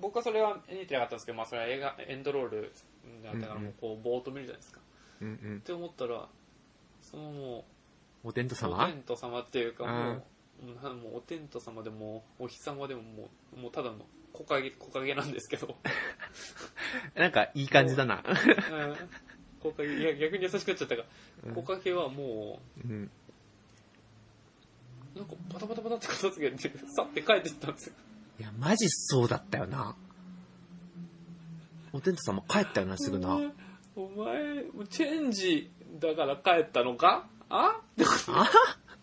Speaker 1: 僕はそれは見てなかったんですけど、まあ、それは映画エンドロールだったからもうこうぼーっと見るじゃないですか、
Speaker 2: うんうん
Speaker 1: っ。て思ったらそのも
Speaker 2: お天道
Speaker 1: うお
Speaker 2: 様
Speaker 1: 天道様っていうか
Speaker 2: うん
Speaker 1: もう,な、もうお天道様でもお日様でももうもうただの木陰木陰なんですけど
Speaker 2: なんか、いい感じだな。
Speaker 1: うん、木陰いや逆に優しくなっちゃったが、木陰はも
Speaker 2: うん。
Speaker 1: う、なんかバタバタバタって片付けて、去って帰ってったんですよ。
Speaker 2: いや、マジそうだったよな。お天道様帰ったよな、すぐな。
Speaker 1: お前、お前チェンジだから帰ったのかあ
Speaker 2: あ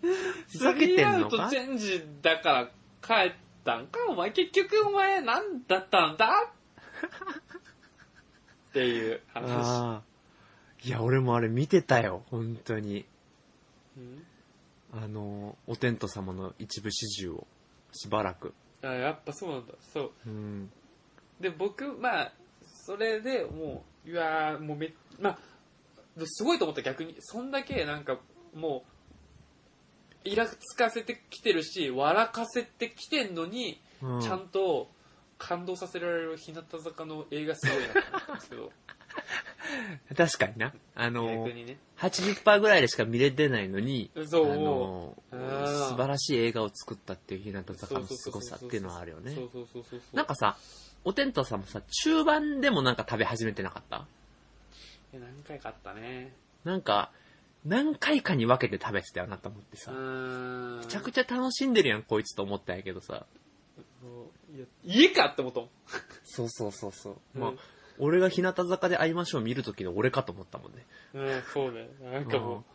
Speaker 2: ふ
Speaker 1: ス
Speaker 2: ざけ
Speaker 1: リ
Speaker 2: て
Speaker 1: ーア
Speaker 2: ん
Speaker 1: ウ
Speaker 2: の
Speaker 1: ト
Speaker 2: か
Speaker 1: チェンジだから帰ったんかお前結局お前何だったんだっていう話。
Speaker 2: あーいや、俺もあれ見てたよ、本当に。
Speaker 1: うん
Speaker 2: あの、お天道様の一部始終を、しばらく。
Speaker 1: あやっぱそうなんだ。そう。
Speaker 2: うん。
Speaker 1: で僕まあそれでもういやーもうめまあすごいと思った逆にそんだけなんかもうイラつかせてきてるし笑かせてきてんのに、
Speaker 2: う
Speaker 1: ちゃんと感動させられる日向坂の映画すごいなと思ったんですけど
Speaker 2: 確かにな。 <laughs> あの
Speaker 1: 逆、にね
Speaker 2: 80%ぐらいでしか見れてないのに、あ
Speaker 1: そうも
Speaker 2: の、
Speaker 1: あー
Speaker 2: 素晴らしい映画を作ったっていう日向
Speaker 1: う
Speaker 2: 坂の凄さっていうのはあるよね
Speaker 1: そ。うそうそうそうそう
Speaker 2: なんかさ、お天道様さ、中盤でもなんか食べ始めてなかった
Speaker 1: いや何回かあったね
Speaker 2: なんか、何回かに分けて食べてたよなと思って
Speaker 1: う
Speaker 2: さ、
Speaker 1: ーん
Speaker 2: めちゃくちゃ楽しんでるやん、こいつと思ったんやけどさ。
Speaker 1: もういや家かって思ったもん
Speaker 2: そうそうそうそう。まあ
Speaker 1: うん、
Speaker 2: 俺が日向坂で会いましょう見るときの俺かと思ったもんね。
Speaker 1: うん、そうね。なんかもう
Speaker 2: うん、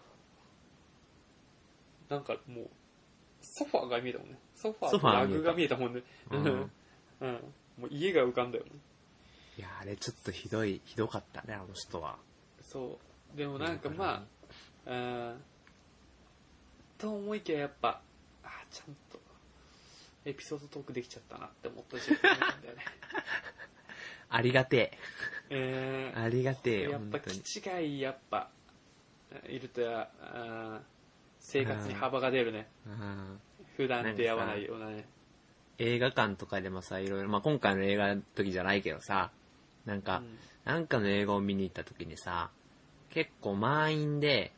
Speaker 1: なんかもう、ソファーが見えたもんね。ソファ
Speaker 2: ソ
Speaker 1: ー
Speaker 2: フ
Speaker 1: と
Speaker 2: ァーが
Speaker 1: ラ
Speaker 2: 見えた
Speaker 1: グが見えたもんね。う
Speaker 2: うん
Speaker 1: ん。 <laughs> うん。もう家が浮かんだよね。
Speaker 2: いや、あれちょっとひどい、ひどかったね、あの人は。
Speaker 1: そう。でもなんかまあ、うん。と思いきややっぱ、あーちゃんと、エピソードトークできちゃったなって思った時間なんだ
Speaker 2: <laughs>
Speaker 1: よね。
Speaker 2: ありがて
Speaker 1: え
Speaker 2: え。
Speaker 1: ー
Speaker 2: ありがてえよ、
Speaker 1: やっ
Speaker 2: 本
Speaker 1: ぱ、
Speaker 2: 当に。
Speaker 1: 気違い、やっぱ、いるとや、あー生活に幅が出るね。
Speaker 2: うん
Speaker 1: 普段出会わないようなね。
Speaker 2: 映画館とかでもさ、いろいろ、まあ、今回の映画の時じゃないけどさ、なんか、
Speaker 1: うん
Speaker 2: なんかの映画を見に行った時にさ、結構満員で、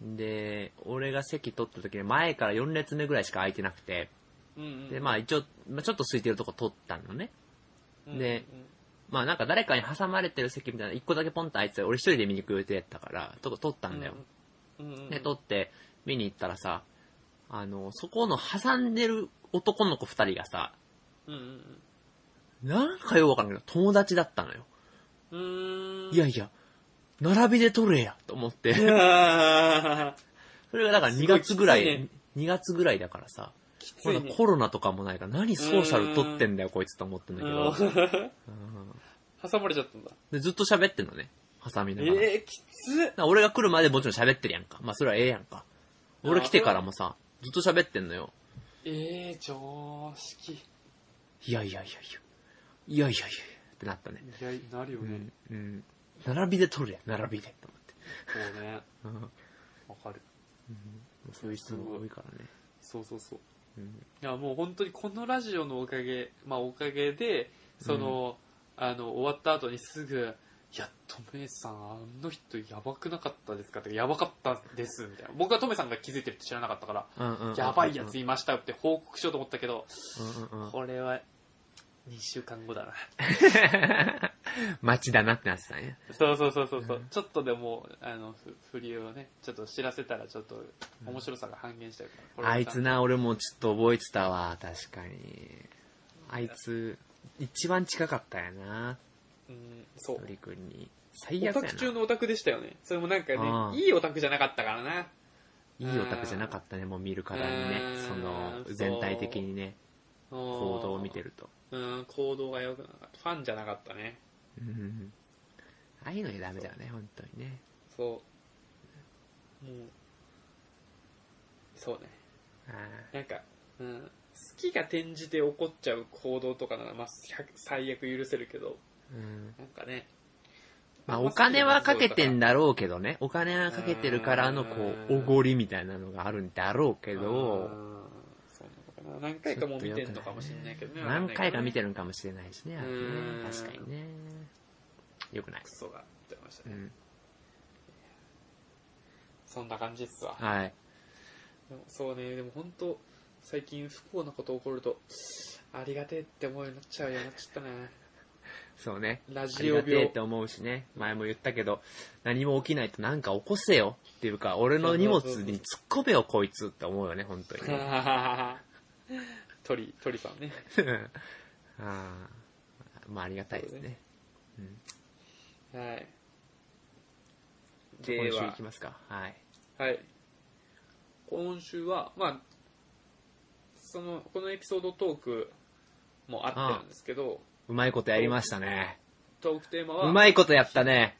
Speaker 2: で、俺が席取った時に前から4列目ぐらいしか空いてなくて、
Speaker 1: うんうん
Speaker 2: で、まあ一応、まあ、ちょっと空いてるとこ取ったのね。
Speaker 1: うん
Speaker 2: でまあなんか誰かに挟まれてる席みたいな、一個だけポンと空いてて、俺一人で見に行く予定だったから、とこ取ったんだよ。。
Speaker 1: うんうんうんうん
Speaker 2: で、撮って、見に行ったらさ、あの、そこの挟んでる男の子二人がさ、
Speaker 1: うんうん
Speaker 2: なんかよくわからんけど、友達だったのよ。
Speaker 1: うん。うーん。
Speaker 2: い
Speaker 1: <laughs>
Speaker 2: やいや、並びで撮れや、と思って。
Speaker 1: や。
Speaker 2: それがだから
Speaker 1: す
Speaker 2: 2
Speaker 1: ごい
Speaker 2: 月ぐらい、
Speaker 1: きついね
Speaker 2: 2月ぐらいだからさ、
Speaker 1: きつ
Speaker 2: ま
Speaker 1: い
Speaker 2: だ
Speaker 1: ね。
Speaker 2: コロナとかもないから、何ソーシャル撮ってんだよ、こいつと思ってんだけど。
Speaker 1: うん
Speaker 2: うん
Speaker 1: 挟まれちゃったんだ。
Speaker 2: でずっと喋ってんのね、挟みながら。だか
Speaker 1: えー、きつっ
Speaker 2: ら俺が来るまでもちろん喋ってるやんか。まあそれはええやんか。俺来てからもさ、ずっと喋ってんのよ。
Speaker 1: えー、常識。
Speaker 2: いやいやいやいや。いやいやいやいやってなったね。
Speaker 1: いや、なるよ
Speaker 2: う
Speaker 1: ね。
Speaker 2: ん。うん。並びで撮るやん、並びで。と
Speaker 1: そうね。
Speaker 2: 思って。
Speaker 1: わかる。
Speaker 2: うん。そういう質問が多いからね。
Speaker 1: そうそうそう。
Speaker 2: うん。
Speaker 1: いや、もう本当にこのラジオのおかげ、まあおかげで、その、あの、終わった後にすぐ、いや、トメさん、あの人やばくなかったですかって、やばかったです、みたいな。僕はトメさんが気づいてるって知らなかったから、
Speaker 2: うんうんうんうん。
Speaker 1: やばいやついましたって報告しようと思ったけど、
Speaker 2: うんうんうん。
Speaker 1: これは、2週間後だな。
Speaker 2: <laughs> 街だなってなってたね。
Speaker 1: そうそうそうそう。うちょっとでも、あの、ふ振りをね、ちょっと知らせたら、ちょっと、面白さが半減しちゃうから。これは
Speaker 2: あいつな、俺もちょっと覚えてたわ、確かに。あいつ、一番近かったやな、
Speaker 1: うん、そう。
Speaker 2: 鳥くんに。最
Speaker 1: オ
Speaker 2: 悪や
Speaker 1: タ
Speaker 2: な
Speaker 1: ク。中のオタクでしたよね。それもなん
Speaker 2: あ
Speaker 1: か
Speaker 2: あ
Speaker 1: ね、いいオタクじゃなかったからな。
Speaker 2: いいオタクじゃなかったね、もう見るからにね
Speaker 1: う。ん
Speaker 2: その、
Speaker 1: そう
Speaker 2: 全体的にね、行
Speaker 1: 行
Speaker 2: 動を見て。ると。
Speaker 1: うん、行動が良くなかった。ファンじゃなかったね。
Speaker 2: うん。ああいうのにダメだよね、本当にね。
Speaker 1: そう。もう、そうね。
Speaker 2: あ
Speaker 1: なんか、うん、好きが転じて起こっちゃう行動とかなら、まあ、100最悪許せるけど、
Speaker 2: ーうん。
Speaker 1: なんかね。
Speaker 2: まあ、お金はかけてんだろうけどね。お金はかけてるからの、こう、
Speaker 1: うん
Speaker 2: おごりみたいなのがあるんだろう
Speaker 1: け
Speaker 2: けど、
Speaker 1: そうなのかな。何回かもう見てんのかもしれないけどね。
Speaker 2: 何回か見て
Speaker 1: る。
Speaker 2: るんかもしれないしね、あれね
Speaker 1: うん
Speaker 2: 確かにね。よくない
Speaker 1: ク。ソが出ました
Speaker 2: う
Speaker 1: ね。
Speaker 2: ん。
Speaker 1: そんな感じっすわ。
Speaker 2: はい。
Speaker 1: でもそうね、でも本当最近不幸なこと起こると、ありがてえって思うようになっちゃうようになっちゃったね。
Speaker 2: そうね。
Speaker 1: ラ
Speaker 2: あ
Speaker 1: ジ
Speaker 2: り
Speaker 1: オ
Speaker 2: がてえっ
Speaker 1: 病 <laughs>
Speaker 2: て。思うしね。前も言ったけど、何も起きないとなんか起こせよっていうか、俺の荷物に突っ込めよ、こいつって思うよね、本当にね。
Speaker 1: 鳥、鳥さんね。
Speaker 2: あーまあ、ありがたいです
Speaker 1: そうね
Speaker 2: ね。
Speaker 1: はい。
Speaker 2: じゃあ
Speaker 1: で
Speaker 2: 今週
Speaker 1: は
Speaker 2: 行きますか。はい。
Speaker 1: はい。今週は、まあ、その、このエピソードトークもあってるんですけど、
Speaker 2: うまいことやりましたね。
Speaker 1: トークテーマは、
Speaker 2: うまいことやったね。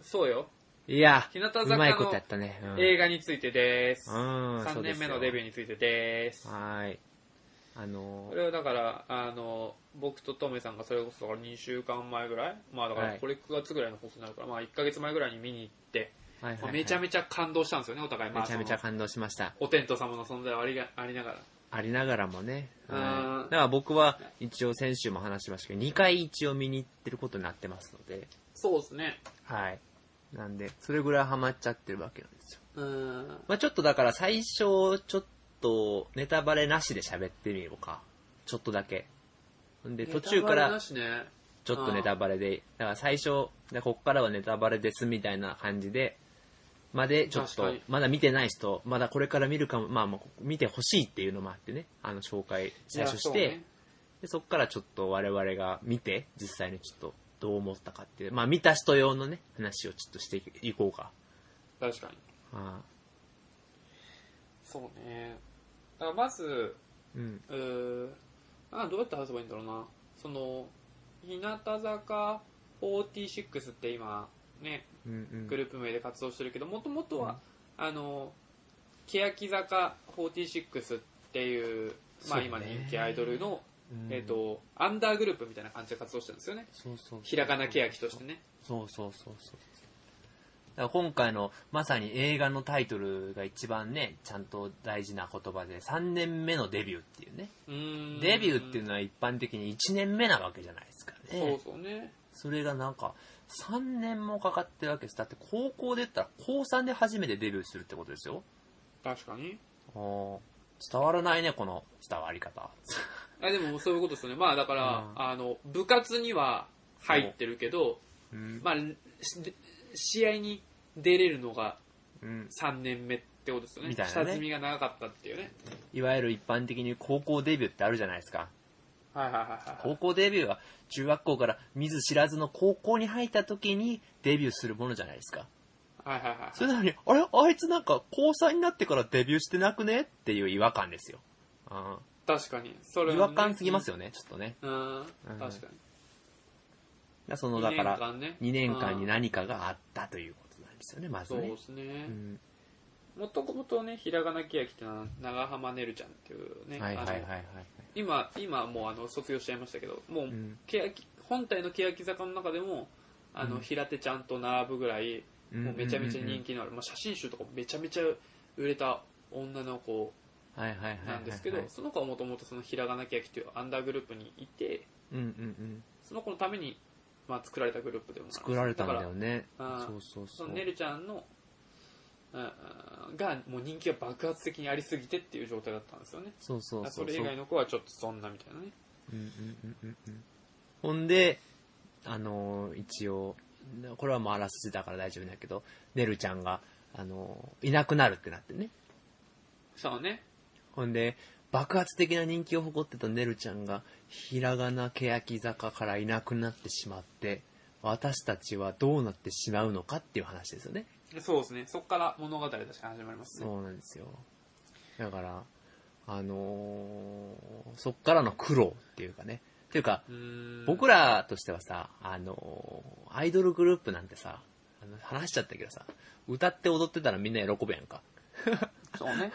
Speaker 1: そうよ、
Speaker 2: いや、
Speaker 1: 日向坂の
Speaker 2: うまいことやったね。うん
Speaker 1: 映画についてです。
Speaker 2: うんそ
Speaker 1: 3
Speaker 2: う
Speaker 1: 年
Speaker 2: ですよ
Speaker 1: 目のデビューについてです。
Speaker 2: はーい。あの
Speaker 1: これはだから、あの、僕とトメさんがそれこそだから2週間前ぐらい、まあだから
Speaker 2: はい
Speaker 1: これ9月ぐらいの放送になるから、まあ1ヶ月前ぐらいに見に行って、
Speaker 2: ー、はいはい
Speaker 1: まあ
Speaker 2: はい
Speaker 1: めちゃめちゃ感動したんですよね、お互い。まあ
Speaker 2: めちゃめちゃ
Speaker 1: その
Speaker 2: 感動しました。
Speaker 1: お天道様の存在はありがありながら。
Speaker 2: ありながらもね。
Speaker 1: うん
Speaker 2: はい。だから僕は一応先週も話しましたけど、2回一応見に行ってることになってますので、
Speaker 1: そうですね。
Speaker 2: はい。なんで、それぐらいハマっちゃってるわけなんです
Speaker 1: う
Speaker 2: よ。
Speaker 1: ん。
Speaker 2: まあちょっとだから最初、ちょっとネタバレなしで喋ってみようか。ちょっとだけ。んで、途中
Speaker 1: ネタバ
Speaker 2: か
Speaker 1: レな
Speaker 2: ら
Speaker 1: しね。
Speaker 2: ちょっとネタバレで、だから最初、でこっからはネタバレですみたいな感じで、までちょっ
Speaker 1: 確
Speaker 2: と
Speaker 1: かに、
Speaker 2: まだ見てない人、まだこれから見るかも、まあまあ見てほしいっていうのもあってね、あの紹介最初して、
Speaker 1: いやそうね
Speaker 2: で、そこからちょっと我々が見て、実際にちょっとどう思ったかっていう、まあ見た人用のね、話をちょっとしていこうか。
Speaker 1: 確かに。
Speaker 2: あ
Speaker 1: そうね。だからまず、
Speaker 2: ーうん。
Speaker 1: うーあどうやって話せばいいんだろうな。その、日向坂46って今、ね、
Speaker 2: うんうん。
Speaker 1: グループ名で活動してるけど、もともとは、あの欅坂46っていう、ま
Speaker 5: そう
Speaker 1: あ、
Speaker 5: ね
Speaker 1: 今人気アイドルの、
Speaker 5: うん
Speaker 1: えっ、とアンダーグループみたいな感じで活動してるんですよね
Speaker 5: そうそうそう
Speaker 1: ひらがな欅としてね
Speaker 5: そうそうそうそう
Speaker 2: だから今回のまさに映画のタイトルが一番ねちゃんと大事な言葉で3年目のデビューっていうね
Speaker 1: うーん
Speaker 2: デビューっていうのは一般的に1年目なわけじゃないですかね
Speaker 1: そうそうね
Speaker 2: それがなんか3年もかかってるわけですだって高校で言ったら高3で初めてデビューするってことですよ
Speaker 1: 確かに
Speaker 2: あー伝わらないねこの伝わり方
Speaker 1: あでもそういうことですよねまあだから、
Speaker 2: うん
Speaker 1: あの部活には入ってるけど、
Speaker 2: うん
Speaker 1: まあ、し試合に出れるのが
Speaker 2: うん
Speaker 1: 3年目ってことですよね
Speaker 2: みたいなね
Speaker 1: 下積みが長かったっていうね
Speaker 2: いわゆる一般的に高校デビューってあるじゃないですか
Speaker 1: はいはいはいはい
Speaker 2: 高校デビューは中学校から見ず知らずの高校に入った時にデビューするものじゃないですか
Speaker 1: はいはいはい
Speaker 2: それなのにあれあいつなんか高3になってからデビューしてなくねっていう違和感ですよ、う
Speaker 1: 確かにそれ
Speaker 2: ん、
Speaker 1: は
Speaker 2: 違
Speaker 1: ね
Speaker 2: 和感すぎますよねちょっとね
Speaker 1: うん
Speaker 2: うん
Speaker 1: 確かに
Speaker 2: そのだか
Speaker 1: 2年
Speaker 2: ら
Speaker 1: 間ね
Speaker 2: 2年間に
Speaker 1: うん
Speaker 2: 何かがあったということなんですよねまず
Speaker 1: そう
Speaker 2: ね
Speaker 1: ですね
Speaker 2: う、ん
Speaker 1: もともとねひらがな欅っていうのは長浜ねるちゃんっていうね、
Speaker 2: はいはいはいはい
Speaker 1: あの
Speaker 2: はい
Speaker 1: 今今もうあの卒業しちゃいましたけどもう、
Speaker 2: ん
Speaker 1: 欅本体の欅坂の中でもあの、平手ちゃんと並ぶぐらいもうめちゃめちゃ人気のある、まあ、写真集とかもめちゃめちゃ売れた女の子
Speaker 2: 気はいはいはいはいはい
Speaker 1: なんですけど、その子はもともとそのひらがなき焼きというアンダーグループにいて、
Speaker 2: うんうんうん
Speaker 1: その子のために、まあ、作られたグループでもある
Speaker 2: 作られたんだよね
Speaker 1: から
Speaker 2: そうそう
Speaker 1: そ
Speaker 2: そう
Speaker 1: のねるちゃんの、うんうんがもう人気が爆発的にありすぎてっていう状態だったんですよね。
Speaker 2: そうそうそ
Speaker 1: そ
Speaker 2: う
Speaker 1: れ以外の子はちょっとそんなみたいなね。
Speaker 2: うんうんうんうんうんほんで、あのー一応、これはもうあらすじだから大丈夫だけど、ねるちゃんが、あのーいなくなるってなってね。
Speaker 1: そうね。
Speaker 2: ほんで、爆発的な人気を誇ってたねるちゃんが、ひらがな欅坂からいなくなってしまって、私たちはどうなってしまうのかっていう話ですよね。
Speaker 1: そうですね。そこから物語として始まりますね。
Speaker 2: そうなんですよ。だから、あのーそっからの苦労っていうかね。っていうか、
Speaker 1: うーん
Speaker 2: 僕らとしてはさ、あのーアイドルグループなんてさ、あの話しちゃったけどさ、歌って踊ってたらみんな喜ぶやんか。
Speaker 1: そうね。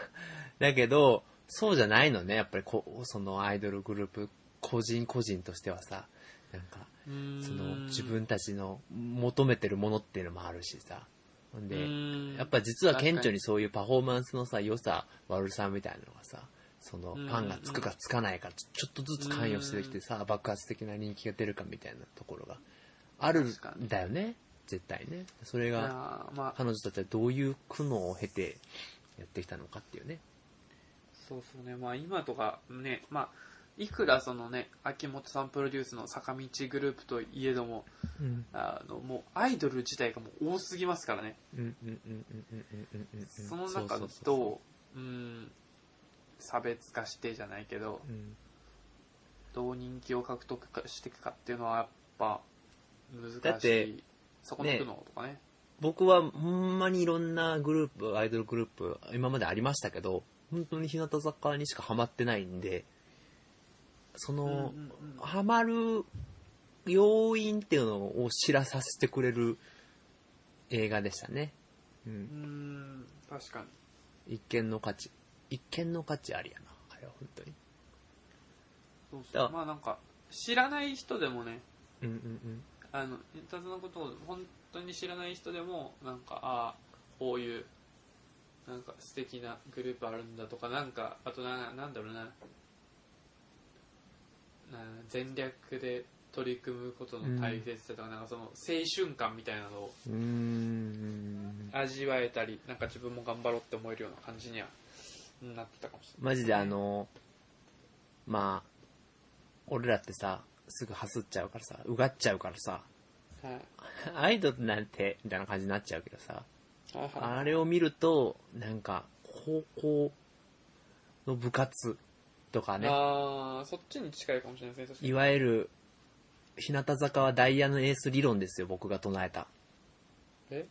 Speaker 2: だけど、そうじゃないのね、やっぱりこう、そのアイドルグループ、個人個人としてはさ、なんか、
Speaker 1: うーん
Speaker 2: その自分たちの求めてるものっていうのもあるしさ。ほん
Speaker 1: う
Speaker 2: で、
Speaker 1: ーん
Speaker 2: やっぱ実は顕著にそういうパフォーマンスのさ、良さ、悪さみたいなのがさ、そのフ
Speaker 1: うん
Speaker 2: ァンがつくかつかないか、ちょちょっとずつ関与してきてさ、爆発的な人気が出るかみたいなところがあるん
Speaker 1: 確かに
Speaker 2: だよね、絶対ね。それ
Speaker 1: い
Speaker 2: が
Speaker 1: やーまあ、
Speaker 2: 彼女たちはどういう苦悩を経てやってきたのかっていうね。
Speaker 1: そうそうね、まあ今とかね、まあ、いくらそのね、秋元さんプロデュースの坂道グループといえども、
Speaker 2: うん。
Speaker 1: あの、もうアイドル自体がもう多すぎますからね。
Speaker 2: うんうんうんうんうんうんうんうん。
Speaker 1: その中
Speaker 2: そ
Speaker 1: で
Speaker 2: うそうそう
Speaker 1: どう、うん、差別化してじゃないけど、
Speaker 2: そううん
Speaker 1: どう人気を獲得かしていくかっていうのはやっぱ
Speaker 2: だ
Speaker 1: 難
Speaker 2: っ
Speaker 1: してい。そこの苦悩とかね。
Speaker 2: 僕はほんまにいろんなグループ、アイドルグループ、今までありましたけど、本当に日向坂にしかハマってないんで、そ
Speaker 1: うんうん
Speaker 2: の、
Speaker 1: うん
Speaker 2: ハマる要因っていうのを知らさせてくれる映画でしたね。う。
Speaker 1: うんん、確かに。
Speaker 2: 一見の価値。一見の価値ありやな。あれは本当に。
Speaker 1: そう
Speaker 2: だ
Speaker 1: そ
Speaker 2: か
Speaker 1: う。
Speaker 2: ら
Speaker 1: まあなんか、知らない人でもね、
Speaker 2: うんうんうん。
Speaker 1: あの、ネタのことを本当に知らない人でも、なんか、ああ、こういう、なんか素敵なグループあるんだとか、なんか、あとな、なんだろうな、な全力で取り組むことの大切さとか、なんかその青春感みたいなのを
Speaker 2: うーん。
Speaker 1: 味わえたり、なんか自分も頑張ろうって思えるような感じにはなってたかもしれ
Speaker 2: マジであの、まあ、俺らってさ、すぐはすっちゃうからさ、うがっちゃうからさ、
Speaker 1: ない。はい。
Speaker 2: <laughs> アイドルなんて、みたいな感じになっちゃうけどさ、
Speaker 1: はいはい
Speaker 2: あれを見ると、なんか、高校の部活とかね、
Speaker 1: あーそっちに近いかもしれないですね、確か
Speaker 2: い
Speaker 1: に。
Speaker 2: わゆる、日向坂はダイヤのエース理論ですよ、僕が唱えた。
Speaker 1: え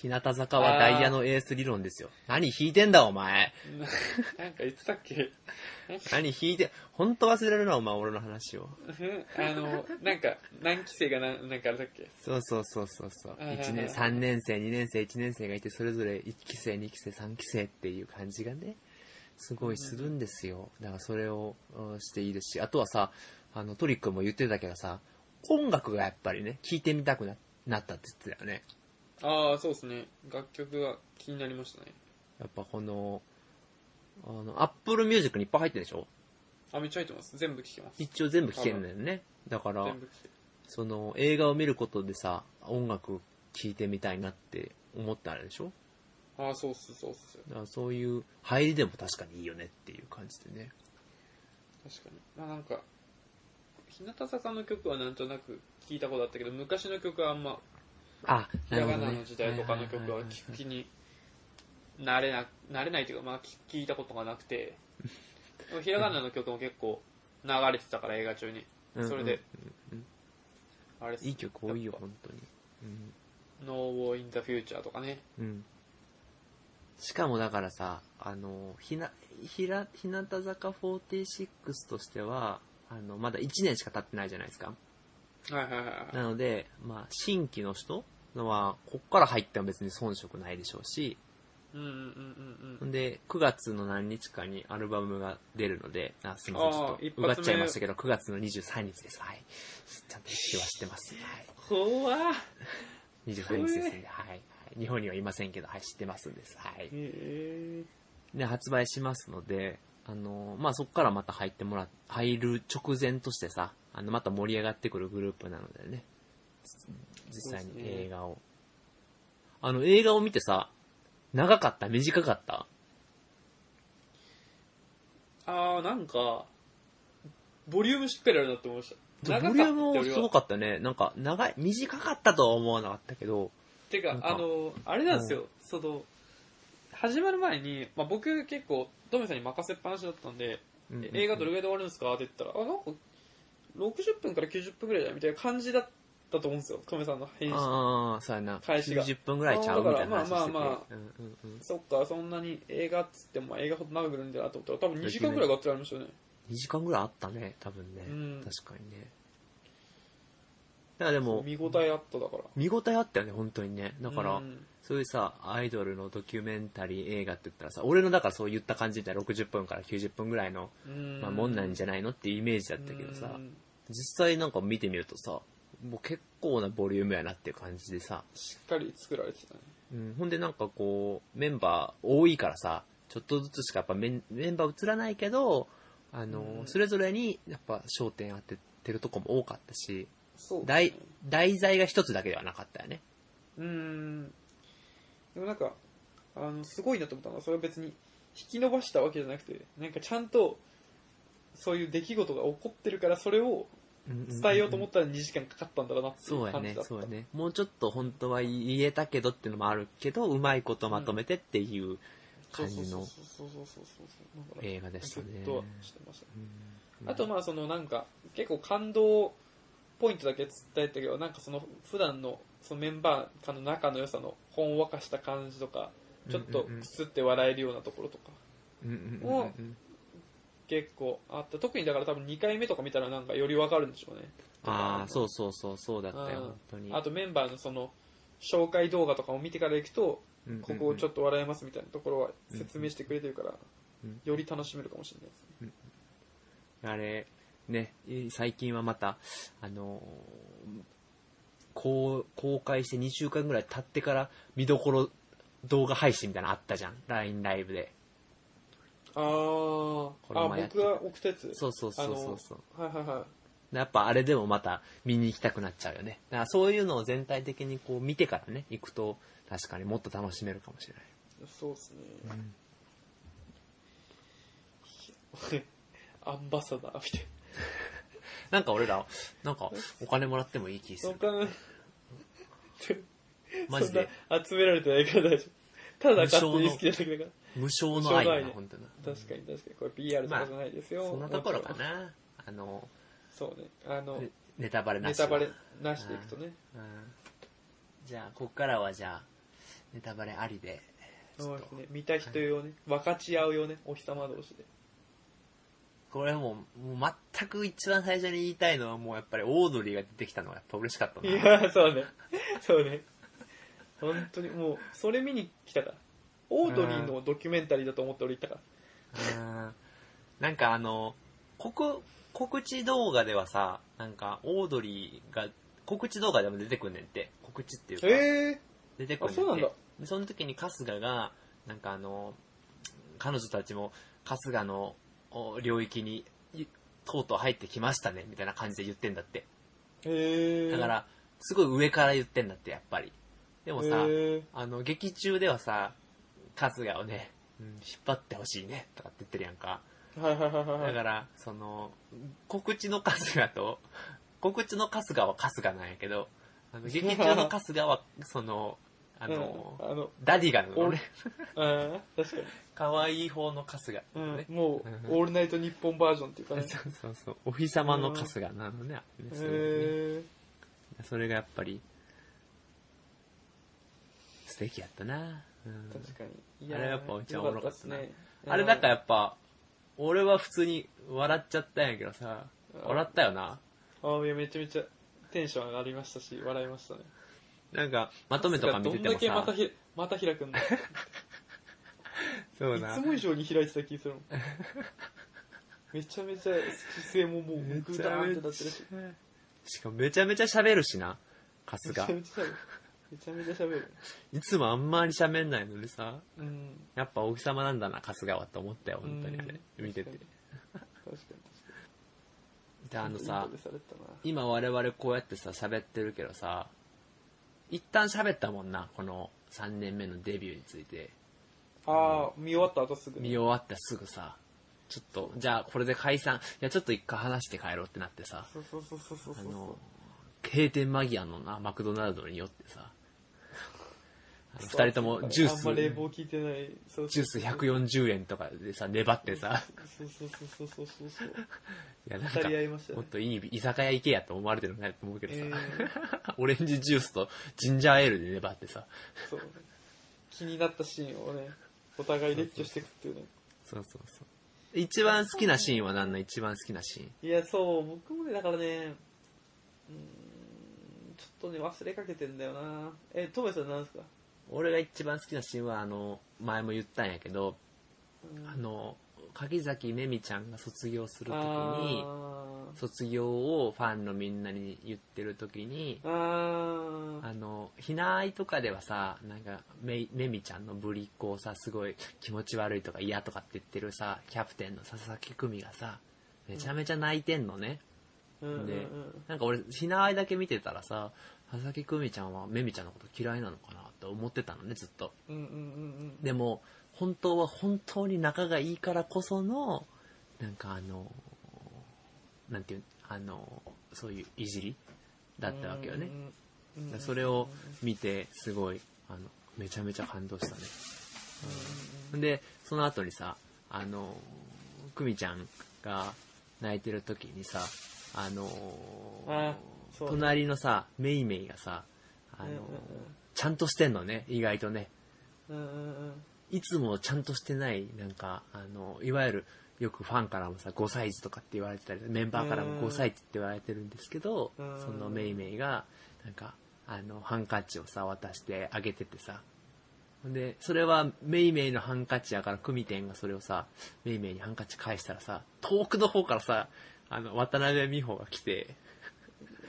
Speaker 2: 日向坂はダイヤのエース理論ですよ。何弾いてんだお前。
Speaker 1: <laughs> なんか言ってたっけ
Speaker 2: 何弾いて、ほんと忘れるなお前俺の話を。
Speaker 1: あの、なんか、何期生がななんかあれだっけ
Speaker 2: そうそうそうそうそう。
Speaker 1: はいはいはい
Speaker 2: 一年、3年生、2年生、1年生がいて、それぞれ1期生、2期生、3期生っていう感じがね、すごいするんですよ。だからそれをうんしていいですし、あとはさ、あの、トリックも言ってたけどさ、音楽がやっぱりね、聴いてみたくななったって言ってたよね。
Speaker 1: ああ、そうですね。楽曲は気になりましたね。
Speaker 2: やっぱこの、あの、Apple Music にいっぱい入ってるでしょ
Speaker 1: あ、めっちゃ入ってます。全部聴けます。
Speaker 2: 一応全部聴けるんだよね。だから
Speaker 1: 全、部聴ける。
Speaker 2: その映画を見ることでさ、音楽聴いてみたいなって思ったあれでしょ
Speaker 1: ああ、そうっす、そうっす。
Speaker 2: だからそういう入りでも確かにいいよねっていう感じでね。
Speaker 1: 確かに。まあなんか、日向坂の曲はなんとなく聞いたことあったけど、昔の曲はあんま、
Speaker 2: あ、
Speaker 1: ひらがなの時代とかの曲は聞く気になれな、なれないというか、まあ聞聞いたことがなく <laughs> て、でもひらがなの曲も結構流れてたから映画中に。
Speaker 2: うんうん
Speaker 1: それで、あれっす
Speaker 2: いい曲多いよ、本当に。
Speaker 1: No War in the Future とかね。
Speaker 2: うん。うん。しかもだからさ、あの、ひな、ひら、日向坂46としては、あの、まだ1年しか経ってないじゃないですか。
Speaker 1: はいはいはいはい。
Speaker 2: なので、まあ、新規の人のは、こっから入っても別に遜色ないでしょうし、
Speaker 1: うんうんうんうん
Speaker 2: んで、9月の何日かにアルバムが出るので、あ、すみません、ちょ
Speaker 1: あー
Speaker 2: っ
Speaker 1: 一発
Speaker 2: と、
Speaker 1: 目
Speaker 2: うがっちゃいましたけど、9月の23日です。はい。ちゃんと日は知ってます。は
Speaker 1: 怖っ
Speaker 2: い。23日ですんで、はい。日本にはいませんけど、はい、知ってますんです。はい。
Speaker 1: へ
Speaker 2: で、発売しますので、あの、まあ、そこからまた入ってもら、入る直前としてさ、あの、また盛り上がってくるグループなのでね。実際
Speaker 1: そうで
Speaker 2: に
Speaker 1: すね
Speaker 2: 映画を。あの、映画を見てさ、長かった短かった
Speaker 1: あー、なんか、ボリュームしっかりあるなって思いました。
Speaker 2: ボ
Speaker 1: 長か
Speaker 2: リュ
Speaker 1: った
Speaker 2: ームもすごかったね。なんか、長い、短かったとは思わなかったけど、
Speaker 1: て
Speaker 2: な
Speaker 1: か
Speaker 2: ん、か
Speaker 1: あの、あれなんですよ、その、始まる前に、まあ、僕結構、トメさんに任せっぱなしだったんで、
Speaker 2: うん
Speaker 1: 映画どれぐらいで終わるんですかって言ったら、あ、なんか、60分から90分ぐらいだみたいな感じだったと思うんですよ、トメさんの返信。
Speaker 2: ああ、そうやな。
Speaker 1: 返しが
Speaker 2: 90分ぐらいちゃうみたいな話してて。
Speaker 1: まあまあま
Speaker 2: うんうんうん
Speaker 1: そっか、そんなに映画っつっても映画ほど長くなるんだなと思ったら、多分2時間ぐらいがっつりありましたよね。
Speaker 2: 2時間ぐらいあったね、多分ね。
Speaker 1: うん
Speaker 2: 確かにね。だからでも、
Speaker 1: 見応えあっただから。
Speaker 2: 見応えあったよね、本当にね。だから、
Speaker 1: うん
Speaker 2: そういうさ、アイドルのドキュメンタリー映画って言ったらさ、俺のだからそう言った感じみたいな60分から90分ぐらいの、
Speaker 1: うん
Speaker 2: まあ、もんなんじゃないのっていうイメージだったけどさ、
Speaker 1: うん
Speaker 2: 実際なんか見てみるとさ、もう結構なボリュームやなっていう感じでさ、
Speaker 1: しっかり作られてたね。
Speaker 2: うん、ほんでなんかこう、メンバー多いからさ、ちょっとずつしかやっぱメンメンバー映らないけど、あの、
Speaker 1: うん
Speaker 2: それぞれにやっぱ焦点当ててるとこも多かったし、
Speaker 1: そうです
Speaker 2: 題
Speaker 1: ね。、
Speaker 2: 題材が一つだけではなかったよね。
Speaker 1: うん。でもなんか、あの、すごいなと思ったのは、それは別に引き伸ばしたわけじゃなくて、なんかちゃんと、そういう出来事が起こってるから、それを伝えようと思ったら2時間かかったんだろうなってい
Speaker 2: そう
Speaker 1: う
Speaker 2: や
Speaker 1: 感じ
Speaker 2: ね
Speaker 1: だっ、た。
Speaker 2: そうやね。もうちょっと本当は言えたけどっていうのもあるけど、うまいことまとめてっていう
Speaker 1: そう
Speaker 2: 感
Speaker 1: そう
Speaker 2: じ
Speaker 1: そう
Speaker 2: の
Speaker 1: そうそうそうそう。だから
Speaker 2: 映画でしたね。
Speaker 1: ずっとはしてました。
Speaker 2: うん
Speaker 1: あとまあそのなんか結構感動ポイントだけ伝えたけどなんかその普段のそのメンバー間の仲の良さのほんわかした感じとかちょっと
Speaker 2: うんうんうん
Speaker 1: くすって笑えるようなところとか
Speaker 2: うんうんうんうん
Speaker 1: 結構あった特にだから多分2回目とか見たらなんかよりわかるんでしょうね
Speaker 2: ああ、そううそうそう、そうだったよ、
Speaker 1: うん
Speaker 2: 本当に。
Speaker 1: あとメンバーのその紹介動画とかも見てから行くと
Speaker 2: うんうんうん、
Speaker 1: ここをちょっと笑えますみたいなところは説明してくれてるから
Speaker 2: うん
Speaker 1: より楽しめるかもしれないですね
Speaker 2: あれ、ね、最近はまた、あのーこう公開して2週間ぐらい経ってから見どころ動画配信みたいなのあったじゃん。LINE ライブで。
Speaker 1: あー
Speaker 2: これ
Speaker 1: あ
Speaker 2: 前やって
Speaker 1: 僕
Speaker 2: た
Speaker 1: が送ったやつ
Speaker 2: そうそうそうそうそう。
Speaker 1: あのはいはいはい
Speaker 2: やっぱあれでもまた見に行きたくなっちゃうよね。だからそういうのを全体的にこう見てからね、行くと確かにもっと楽しめるかもしれない。
Speaker 1: そうですね、いやアンバサダーみたい
Speaker 2: <laughs>
Speaker 1: な
Speaker 2: なんか俺ら、なんかお金もらってもいい気す
Speaker 1: そ
Speaker 2: る
Speaker 1: ん。な
Speaker 2: マジで
Speaker 1: そんな集められてないから大丈夫ただ勝手に好きなだけだか
Speaker 2: 無償の愛だ
Speaker 1: 無償の愛
Speaker 2: な、
Speaker 1: ね
Speaker 2: 本当な。
Speaker 1: ら確かに確かにこれ PR とかじゃないですよ、
Speaker 2: そんなところかな。あの、
Speaker 1: そうねあの
Speaker 2: ねネタバレな
Speaker 1: ネ
Speaker 2: しは。
Speaker 1: タバレなしでいくとね
Speaker 2: うんじゃあ、こっからはじゃあ、ネタバレありで、ち
Speaker 1: そ
Speaker 2: ょ
Speaker 1: う
Speaker 2: っ
Speaker 1: で
Speaker 2: と
Speaker 1: す、ね。見た人用ね。分かち合うよね。お日様同士で。
Speaker 2: これはもう、もう全く一番最初に言いたいのは、もうやっぱりオードリーが出てきたのがやっぱ嬉しかった
Speaker 1: い
Speaker 2: な。
Speaker 1: や、そうね。そうね。本当にもう、それ見に来たから。オードリーのドキュメンタリーだと思って俺行ったから。
Speaker 2: うんなんかあの、告、告知動画ではさ、なんかオードリーが、告知動画でも出てくんねんって。告知っていうか、
Speaker 1: え
Speaker 2: 出てくんねん
Speaker 1: あそうなん
Speaker 2: て
Speaker 1: だ。
Speaker 2: でその時に春日が、なんかあの、彼女たちも春日のお領域に、いとうとう入ってきましたね、みたいな感じで言ってんだって。
Speaker 1: ー、えー、
Speaker 2: だから、すごい上から言ってんだって、やっぱり。でもさ、
Speaker 1: え
Speaker 2: あの、劇中ではさ、春日をね、うん、引っ張ってほしいね、とかって言ってるやんか。
Speaker 1: ー、はいはいはいは
Speaker 2: だ
Speaker 1: い。
Speaker 2: から、その、告知の春日と、告知の春日は春日なんやけど、あの劇中の春日は、その、あの、
Speaker 1: うん、あの、
Speaker 2: ダディガンのね、
Speaker 1: うん、確かに。
Speaker 2: 可愛い方の春日、
Speaker 1: う
Speaker 2: ね
Speaker 1: ん、も
Speaker 2: うん
Speaker 1: う、オールナイトニッポンバージョンっていうかね。
Speaker 2: そうそうそう、お日様の春日なのね、あれねそれね
Speaker 1: え
Speaker 2: それがやっぱり、素敵やったな。うん
Speaker 1: ー、確かに。
Speaker 2: あれやっぱめっちゃおもろかったな
Speaker 1: よです
Speaker 2: あれだからやっぱ、俺は普通に笑っちゃったんやけどさ、笑ったよな。
Speaker 1: あいやめちゃめちゃテンション上がりましたし、笑いましたね。
Speaker 2: なんか、まとめとか見てても
Speaker 1: どんだけまた
Speaker 2: さ、
Speaker 1: ひ、また開くんだ。い
Speaker 2: そうな
Speaker 1: つ。も以上に開いてた気するもん。めちゃめちゃ姿勢ももう
Speaker 2: め
Speaker 1: グ
Speaker 2: ち
Speaker 1: ダ
Speaker 2: ゃ
Speaker 1: ーンって
Speaker 2: めち
Speaker 1: な
Speaker 2: ゃ
Speaker 1: ってるし。
Speaker 2: しかもめちゃめちゃ喋るしな、春
Speaker 1: めちゃ
Speaker 2: 日。
Speaker 1: め <laughs> ちゃ喋る。めちゃめちゃ喋る。
Speaker 2: いつもあんまり喋んないのでさ、
Speaker 1: うん。
Speaker 2: やっぱ大きさまなんだな、春日はって思ったよ、本当にあれ。
Speaker 1: うん
Speaker 2: 見てて。
Speaker 1: 確かに。確かに
Speaker 2: で、あのさ
Speaker 1: インタビュー、されてたな
Speaker 2: 今我々こうやってさ、喋ってるけどさ、一旦喋ったもんな、この3年目のデビューについて。
Speaker 1: ああ、見終わった後すぐね
Speaker 2: 見終わったらすぐさ、ちょっと、じゃあこれで解散、いやちょっと一回話して帰ろうってなってさ、
Speaker 1: そうそうそうそうそう
Speaker 2: あ
Speaker 1: そう。
Speaker 2: の、閉店間際のな、マクドナルドに寄ってさ、あの二人ともジュー
Speaker 1: あん
Speaker 2: ス、
Speaker 1: ま冷房効いてない。そう
Speaker 2: ジュース140円とかでさ、粘ってさ、
Speaker 1: そうそうそうそうそうそう。
Speaker 2: いやなんか
Speaker 1: 語、り合いましたね
Speaker 2: もっといい居酒屋行けやと思われてるのかなと思うけどさ、
Speaker 1: え
Speaker 2: <laughs> オレンジジュースとジンジャーエールで粘ってさ、
Speaker 1: そう。気になったシーンをね、お互い列挙していくっていうね。
Speaker 2: そうそうそう。一番好きなシーンは何の一番好きなシーン
Speaker 1: いや、そう、僕もね、だからね、うーん、ちょっとね、忘れかけてんだよな。え、トメさんなんですか
Speaker 2: 俺が一番好きなシーンは、あの、前も言ったんやけど、
Speaker 1: うん
Speaker 2: あの、柿崎めみちゃんが卒業するときに、
Speaker 1: あ
Speaker 2: 卒業をファンのみんなに言ってるときに
Speaker 1: ー。、あ
Speaker 2: あの、ひなあいとかではさ、なんかめ、めみちゃんのぶりっ子をさ、すごい気持ち悪いとか嫌とかって言ってるさ、キャプテンの佐々木久美がさ、めちゃめちゃ泣いてんのね。
Speaker 1: ー。うんうん
Speaker 2: でなんか俺、ひなあいだけ見てたらさ、佐々木久美ちゃんはめみちゃんのこと嫌いなのかなって思ってたのね、ずっと。
Speaker 1: うん。うんうんうんうん。
Speaker 2: でも、本当は本当に仲がいいからこその、なんかあの、なんていう、あの、そういういじりだったわけよね。
Speaker 1: うんうんうん。うんうんうん
Speaker 2: それを見て、すごい、あの、めちゃめちゃ感動したね。で、その後にさ、あの、久美ちゃんが泣いてる時にさ、あの、
Speaker 1: あそうね
Speaker 2: 隣のさ、メイメイがさ、あ
Speaker 1: うん
Speaker 2: の、
Speaker 1: うんうん
Speaker 2: ちゃんとしてんのね、意外とね。
Speaker 1: うんうんうん。
Speaker 2: いつもちゃんとしてない、なんか、あの、いわゆる、よくファンからもさ、5歳児とかって言われてたり、メンバーからも
Speaker 1: うん
Speaker 2: 5歳児って言われてるんですけど、
Speaker 1: うん
Speaker 2: そのメイメイが、なんか、あの、ハンカチをさ、渡してあげててさ、ほんで、それはメイメイのハンカチやから、クミテンがそれをさ、メイメイにハンカチ返したらさ、遠くの方からさ、あの、渡辺美穂が来て、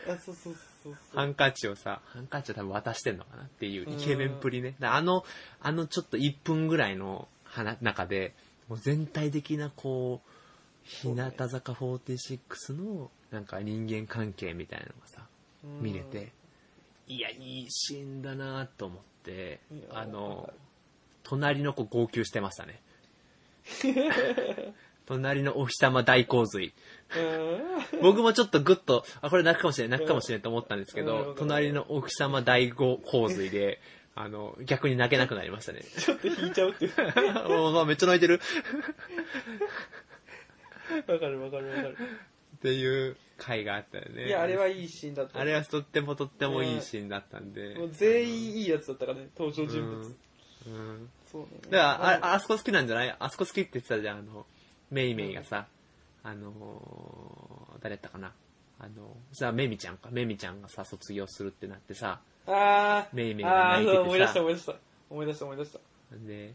Speaker 1: あ、そうそうそうそう。
Speaker 2: ハンカチをさ、ハンカチを多分渡してんのかなっていうイケメンっぷりね。だあの、あのちょっと1分ぐらいの話中で、もう全体的なこう、日
Speaker 1: う
Speaker 2: 向
Speaker 1: ね
Speaker 2: 坂46のなんか人間関係みたいなのがさ、
Speaker 1: うん
Speaker 2: 見れて、いや、いいシーンだなと思って
Speaker 1: いや、
Speaker 2: あ
Speaker 1: わか
Speaker 2: の
Speaker 1: る、
Speaker 2: 隣の子号泣してま <laughs> したね。隣のお日様大洪水。
Speaker 1: うん。 <laughs>
Speaker 2: 僕もちょっとグッと、あ、これ泣くかもしれない、泣くかもしれないと思ったんですけ
Speaker 1: なるほ
Speaker 2: ど
Speaker 1: ど、
Speaker 2: 隣の奥様大洪水
Speaker 1: <laughs>
Speaker 2: で、あの、逆に泣けなくなりましたね。
Speaker 1: ちょっと引いちゃうっていう。
Speaker 2: おーめっちゃ泣いてる。
Speaker 1: わかるわかるわかる。
Speaker 2: っっていう回があったよね。
Speaker 1: いや、あれはいいシーンだった。
Speaker 2: あれはとってもとってもいいシーンだったんで。
Speaker 1: もう全員いいやつだったからね、登場
Speaker 2: うん、
Speaker 1: 人物。
Speaker 2: うん。
Speaker 1: そうね。
Speaker 2: だから、あ、ああそこ好きなんじゃないあそこ好きって言ってたじゃん、あの、メイメイがさ、あのー誰だったかな。あの、さ、メミちゃんか。メミちゃんがさ、卒業するってなってさ、
Speaker 1: あー、
Speaker 2: メイメイ
Speaker 1: あ
Speaker 2: が
Speaker 1: ー
Speaker 2: 泣い
Speaker 1: そう思い
Speaker 2: て
Speaker 1: 出
Speaker 2: て
Speaker 1: した
Speaker 2: さ、
Speaker 1: 思い出した。思い出した思い出した。
Speaker 2: で、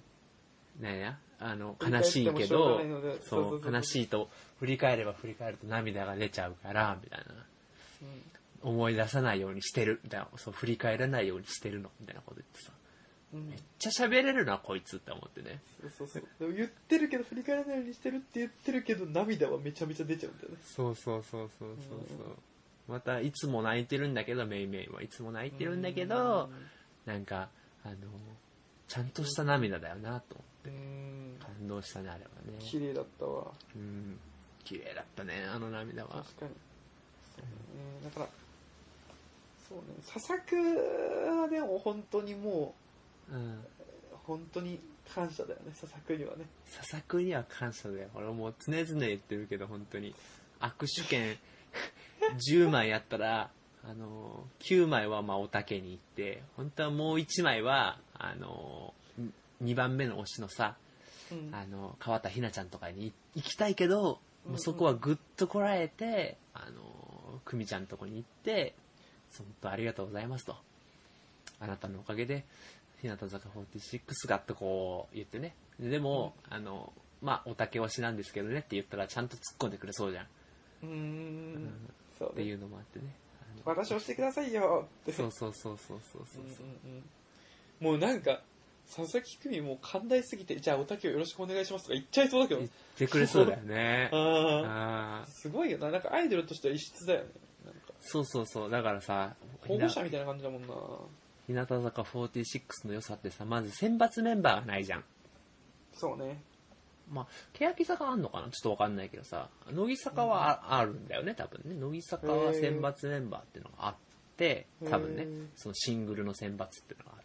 Speaker 2: なんや、あの、
Speaker 1: 振り返
Speaker 2: 悲
Speaker 1: っても
Speaker 2: しいけ
Speaker 1: しょう
Speaker 2: ど
Speaker 1: がないので、そうそ
Speaker 2: そうう
Speaker 1: そ、う
Speaker 2: 悲しいと、振り返れば振り返ると涙が出ちゃうから、みたいな。
Speaker 1: うん
Speaker 2: 思い出さないようにしてるみたいなそう振り返らないようにしてるのみたいなこと言ってさ
Speaker 1: うん
Speaker 2: めっちゃ喋れるなこいつって思ってね
Speaker 1: そうそうそう。でも言ってるけど、振り返らないようにしてるって言ってるけど、涙はめちゃめちゃ出ちゃうんだよね。
Speaker 2: そうそうそうそうそうそうまたいつも泣いてるんだけどメイメイはいつも泣いてるんだけどなんかあのちゃんとした涙だよなと
Speaker 1: うん、うん。
Speaker 2: 感動したねあれは
Speaker 1: 綺
Speaker 2: ね
Speaker 1: 麗だったわ。
Speaker 2: うん綺麗だったねあの涙は
Speaker 1: 確かに。そうね。だから、そうね。佐々木はでも本当にも
Speaker 2: うん
Speaker 1: う、本当に感謝だよね、佐々木にはね。
Speaker 2: 佐々木には感謝だよ俺もう常々言ってるけど本当に握手券 <laughs> 10枚やったらあの9枚はまあおたけに行って本当はもう1枚はあの2番目の推しのさ
Speaker 1: うん。
Speaker 2: あの川田ひなちゃんとかに行きたいけどもうそこはぐっとこらえてあの久美ちゃんとこに行って本当ありがとうございますとあなたのおかげで日向坂46がってこう言ってねででも、あのまあおたけ推しなんですけどねって言ったらちゃんと突っ込んでくれそうじゃんっ
Speaker 1: うんうんうん。そう
Speaker 2: て
Speaker 1: ね
Speaker 2: いうのもあってねあの
Speaker 1: 私をしてくださいよって。
Speaker 2: そうそうそうそうそうそうそう
Speaker 1: うんうんうんもうなんか、佐々木久美もう寛大すぎて、じゃあおたけをよろしくお願いしますとか言っちゃいそうだけど
Speaker 2: 言っ。てくれそうだよね
Speaker 1: あ
Speaker 2: あ
Speaker 1: あ。
Speaker 2: ー
Speaker 1: すごいよな。なんかアイドルとしては異質だよね。なんか、
Speaker 2: そうそうそうだからさ
Speaker 1: 保護者みたいな感じだもんな。
Speaker 2: 日向坂46の良さってさ、まず選抜メンバーがないじゃん。
Speaker 1: そうね。
Speaker 2: まあ、欅坂あんのかなちょっとわかんないけどさ、乃木坂はああるんだよね、多分ね。乃木坂は選抜メンバーっていうのがあって、多分
Speaker 1: へ
Speaker 2: ね
Speaker 1: ー、
Speaker 2: そのシングルの選抜っていうのがあっ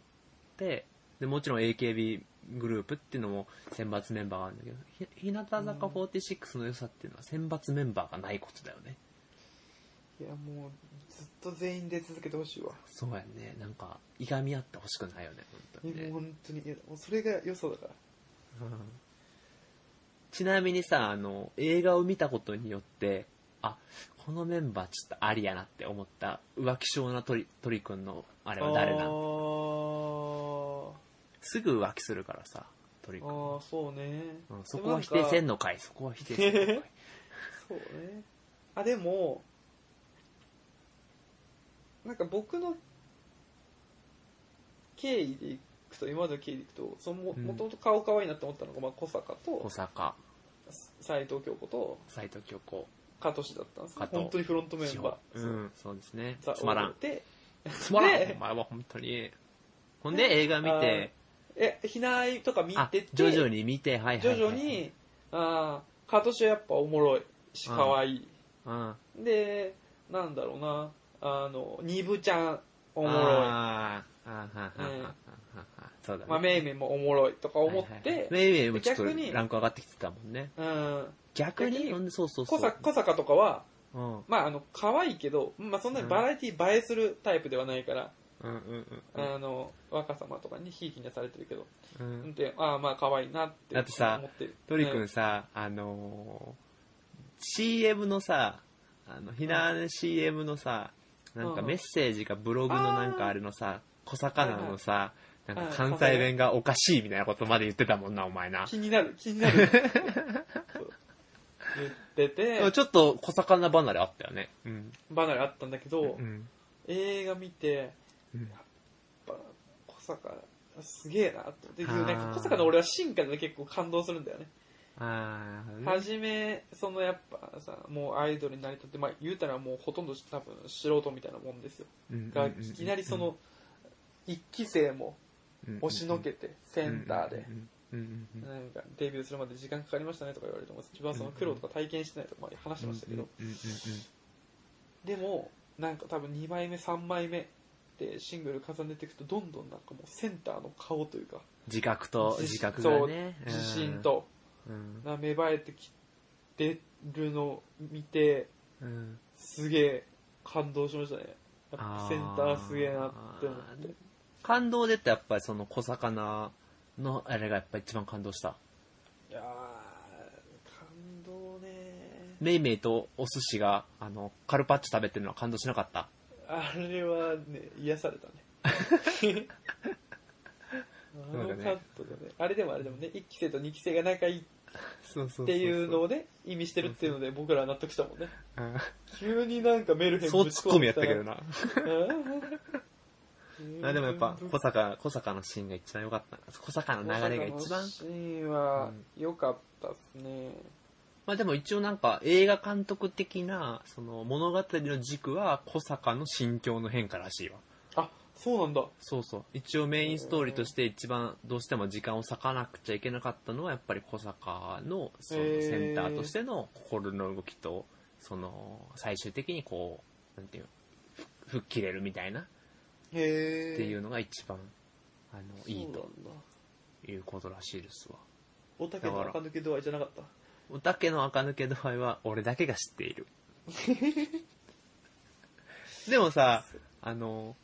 Speaker 2: て、で、もちろん AKB グループっていうのも選抜メンバーがあるんだけど、ひ日向坂46の良さっていうのは選抜メンバーがないことだよね。
Speaker 1: いやもう、ずっと全員で続けてほしいわ。
Speaker 2: そうやね。なんか、いがみ合ってほしくないよね、本当に
Speaker 1: も
Speaker 2: ね
Speaker 1: う。本当に。いやもうそれが良さだから。
Speaker 2: うんちなみにさあの映画を見たことによってあこのメンバーちょっとありやなって思った浮気症な鳥鳥くんのあれは誰
Speaker 1: あ
Speaker 2: な
Speaker 1: ー
Speaker 2: のすぐ浮気するからさ鳥くん、うん
Speaker 1: あー、そうね。
Speaker 2: そこは否定せん
Speaker 1: の
Speaker 2: のかいそこは否定せんのかい
Speaker 1: <laughs> そうね。あ、でも、なんか僕の経緯でいくと、今までの経緯でいくと、そのも
Speaker 2: うん
Speaker 1: もともと顔可愛いなって思ったのが、まあ、小坂
Speaker 2: 小
Speaker 1: と
Speaker 2: 坂
Speaker 1: 斎藤京子と
Speaker 2: 斎藤京子
Speaker 1: 加藤氏だったんです
Speaker 2: 加
Speaker 1: よ。
Speaker 2: 藤
Speaker 1: 本当にフロントメ
Speaker 2: 志
Speaker 1: ンバ
Speaker 2: 保
Speaker 1: ー。
Speaker 2: う
Speaker 1: そうん
Speaker 2: そうですね
Speaker 1: ザ
Speaker 2: つまら
Speaker 1: オー
Speaker 2: ん
Speaker 1: ルで、
Speaker 2: つまらん
Speaker 1: で
Speaker 2: お前は本当にほんで映画見て
Speaker 1: え、ひないとか見
Speaker 2: あ
Speaker 1: てて、
Speaker 2: 徐々に見てはいはい、はい、
Speaker 1: 徐々に、あー加藤氏はやっぱおもろいし、
Speaker 2: うん
Speaker 1: 可愛い。
Speaker 2: うん
Speaker 1: で、なんだろうな、あの、ニブちゃん、おもろい。
Speaker 2: あーあーはんはんはんはんはんはんそうだね
Speaker 1: まあ、めいめいもおもろいとか思って、
Speaker 2: はいはいはいメイメイもちょっと
Speaker 1: 逆に
Speaker 2: ランク上がってきてたもんね。
Speaker 1: うん、
Speaker 2: 逆
Speaker 1: 逆
Speaker 2: に
Speaker 1: に
Speaker 2: なんでそうそうそ
Speaker 1: 小
Speaker 2: う。
Speaker 1: 坂小坂とかは、
Speaker 2: うん。うん
Speaker 1: まあ、あの可愛いけど、まあ、そんなにバラエティ映えするタイプではないから、
Speaker 2: うんうん
Speaker 1: あの若様とかにひいきにはされてるけど、
Speaker 2: うんう。
Speaker 1: うんん、でああまあ可愛いなって
Speaker 2: だってさ
Speaker 1: 思ってる
Speaker 2: トリ君さ、あのー、CM のさ、あの、ひなあね CM のさ、なんか
Speaker 1: うん
Speaker 2: メッセージがブログのなんかあれのさ、小魚のさ、なんか関西弁がおかしいみたいなことまで言ってたもんな、お前な。
Speaker 1: 気になる気にな
Speaker 2: <laughs>
Speaker 1: るそう言ってて
Speaker 2: ちょっと小魚離れあったよね。うん。
Speaker 1: 離れあったんだけど、
Speaker 2: うん。
Speaker 1: 映画見て
Speaker 2: うん
Speaker 1: やっぱ小坂すげえなって思ってで
Speaker 2: あー
Speaker 1: なんか小坂の俺は進化で結構感動するんだよね
Speaker 2: あー、
Speaker 1: はじめ、そのやっぱさ、もうアイドルになりたって、まあ言うたらもうほとんど多分素人みたいなもんですよ。
Speaker 2: うん
Speaker 1: が、いきなりそ、の、一期生も
Speaker 2: うんうん
Speaker 1: 押しのけて、センターで、。
Speaker 2: うんうんうんうんうんうん
Speaker 1: なんかデビューするまで時間かかりましたねとか言われても、自分はその苦労とか体験してないとかまあ話してましたけど、
Speaker 2: うんうんうんうん
Speaker 1: でも、なんか多分2枚目、3枚目でシングル重ねていくと、どんどんなんかもうセンターの顔というか、
Speaker 2: 自覚と
Speaker 1: 自
Speaker 2: 自覚がね
Speaker 1: 自信
Speaker 2: と
Speaker 1: と、な芽生えてきてるのを見て、
Speaker 2: うん。
Speaker 1: すげえ、感動しましたね。やっ
Speaker 2: あ
Speaker 1: ぱ
Speaker 2: ー
Speaker 1: センターすげえなって思って。
Speaker 2: 感動でってやっぱりその小魚のあれがやっぱ一番感動した。
Speaker 1: いやー、感動ね
Speaker 2: メイメイとお寿司が、あの、カルパッチョ食べてるのは感動しなかった。
Speaker 1: あれはね、癒された
Speaker 2: <laughs>
Speaker 1: ね。あのカットでね、あれでもあれでもね、1期生と2期生が仲いい
Speaker 2: そうそ
Speaker 1: っていうのをね、意味してるっていうので僕らは納得したもんね。
Speaker 2: うん。
Speaker 1: 急になんかメルヘン
Speaker 2: そうツッコミやったけ
Speaker 1: <laughs>
Speaker 2: ど
Speaker 1: な。
Speaker 2: な。
Speaker 1: うん
Speaker 2: あでもやっぱ、小坂、小坂のシーンが一番良かったな。小坂の流れが一
Speaker 1: 大阪
Speaker 2: 番
Speaker 1: の。シーンは良かったっすね。
Speaker 2: まあでも一応なんか映画監督的な、その物語の軸は小坂の心境の変化らしいわ。
Speaker 1: あ、そうなんだ。
Speaker 2: そうそう。一応メインストーリーとして一番どうしても時間を割かなくちゃいけなかったのはやっぱり小坂のその
Speaker 1: へー
Speaker 2: センターとしての心の動きと、その最終的にこう、なんていうの、ふ吹っ切れるみたいなっ
Speaker 1: へえ。
Speaker 2: ていう
Speaker 1: う
Speaker 2: のが一番、あの、いい
Speaker 1: なんだ
Speaker 2: と。いうことらしいですわ。
Speaker 1: おたけの垢抜け度合いじゃなかった。
Speaker 2: おたけの垢抜け度合いは <laughs> 俺だけが知っている。 <laughs> でもさ、あの、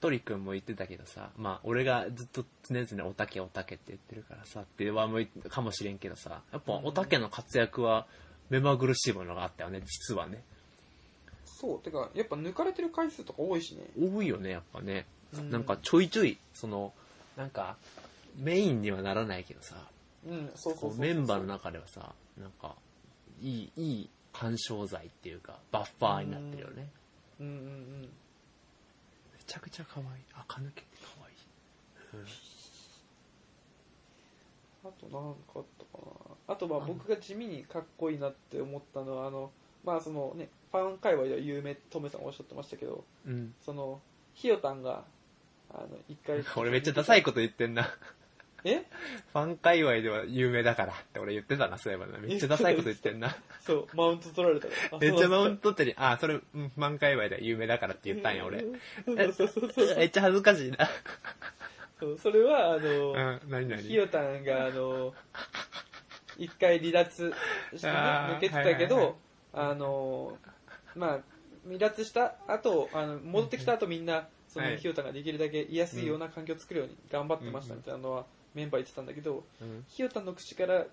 Speaker 2: トリ君も言ってたけどさ、まあ俺がずっと常々おたけおたけって言ってるからさってはもうかもしれんけどさ、やっぱおたけの活躍は目まぐるしいものがあったよね、実はね。
Speaker 1: そう、てか、やっぱ抜かれてる回数とか多いしね。
Speaker 2: 多いよね、やっぱね。
Speaker 1: うん
Speaker 2: なんかちょいちょい、その、なんかメインにはならないけどさ、
Speaker 1: うん、そうそうそう
Speaker 2: こうメンバーの中ではさ、なんか、いい、いい干渉剤っていうか、バッファーになってるよね。
Speaker 1: うんうんうん。
Speaker 2: めちゃくちゃ可愛い。垢抜けて可愛い。
Speaker 1: あとなんかあったかな。あとまあ僕が地味にかっこいいなって思ったのは、あの、まあそのね、ファン界隈では有名、トメさんおっしゃってましたけど、
Speaker 2: うん。。
Speaker 1: その、ひよたんが、あの、一回
Speaker 2: <laughs> 俺めっちゃダサいこと言ってんな。 <laughs>
Speaker 1: え
Speaker 2: ファン界隈では有名だからって俺言ってたな、そういえばな。めっちゃダサいこと言ってんな。
Speaker 1: そう、マウント取られたら。あ
Speaker 2: めっちゃマウン
Speaker 1: ト
Speaker 2: ト取ってに、あ、それ、うん、ファン界隈では有名だからって言ったんや、俺。
Speaker 1: そうそうそうそう
Speaker 2: めっちゃ恥ずかしいな。
Speaker 1: そう。それは、あの、
Speaker 2: うん、何々。
Speaker 1: ひよたんが、あの、一回離脱してね、
Speaker 2: あー
Speaker 1: 抜けてたけど、
Speaker 2: はいはい
Speaker 1: あの、まあ、離脱した後、あの戻ってきた後みんな、そ
Speaker 2: は
Speaker 1: の
Speaker 2: い
Speaker 1: ひよたんができるだけ居やすいような環境を作るように頑張ってましたみたいなのは、メンバー言ってたんだけど、
Speaker 2: うん
Speaker 1: ひよたんの口から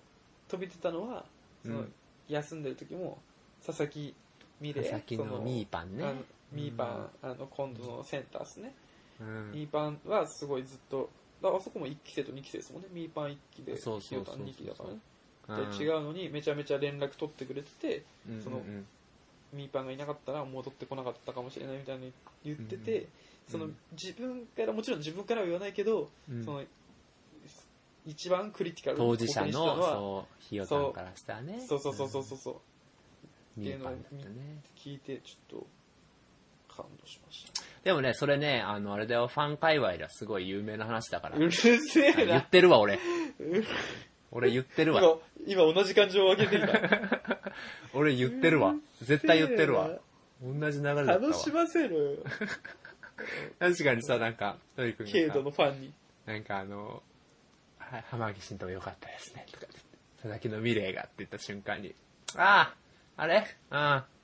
Speaker 1: 飛び出たのは、その
Speaker 2: うん
Speaker 1: 休んでる時も、佐々木美玲
Speaker 2: 佐々木
Speaker 1: そ
Speaker 2: のミーパンね
Speaker 1: あの。ミーパン、あの、今度のセンターですね。
Speaker 2: うん。
Speaker 1: ミーパンはすごいずっと、だからあそこも1期生と2期生ですもんね。ミーパン1期で、
Speaker 2: そうそうそう
Speaker 1: ひ
Speaker 2: そう
Speaker 1: よたん2期だからね。
Speaker 2: うん
Speaker 1: で、違うのにめちゃめちゃ連絡取ってくれてて、
Speaker 2: うん
Speaker 1: その
Speaker 2: うん
Speaker 1: ミーパンがいなかったら戻ってこなかったかもしれないみたいに言ってて、
Speaker 2: うんうん
Speaker 1: そうの
Speaker 2: ん
Speaker 1: 自分から、もちろん自分からは言わないけど、
Speaker 2: うん
Speaker 1: その、一番クリティカルな
Speaker 2: 当事者
Speaker 1: こ
Speaker 2: の、
Speaker 1: とにしたは
Speaker 2: そう、ひよさんからしたらね。
Speaker 1: そうそうそうそうそうそう。
Speaker 2: うん。ミーパンだったね。
Speaker 1: 聞いて、ちょっと、感動しました。
Speaker 2: でもね、それね、あの、あれだよ、ファン界隈ではすごい有名な話だから。
Speaker 1: うるせ
Speaker 2: あ
Speaker 1: え
Speaker 2: 言っ
Speaker 1: な。
Speaker 2: てるわ、俺。俺言ってる
Speaker 1: 今
Speaker 2: わ。、
Speaker 1: 今同じ感情を上げ
Speaker 2: <laughs>
Speaker 1: ていた。
Speaker 2: 俺言ってるわ。絶対言ってるわ。同じ流れだったわ
Speaker 1: 楽。しませろよ。
Speaker 2: 確かにさ、なんか、トリ君
Speaker 1: 軽
Speaker 2: がさ
Speaker 1: 度のファンに。
Speaker 2: なんかあの、は浜岸慎太郎良かったですね、とかって言って佐々木の未来がって言った瞬間に、ああ、あれうん、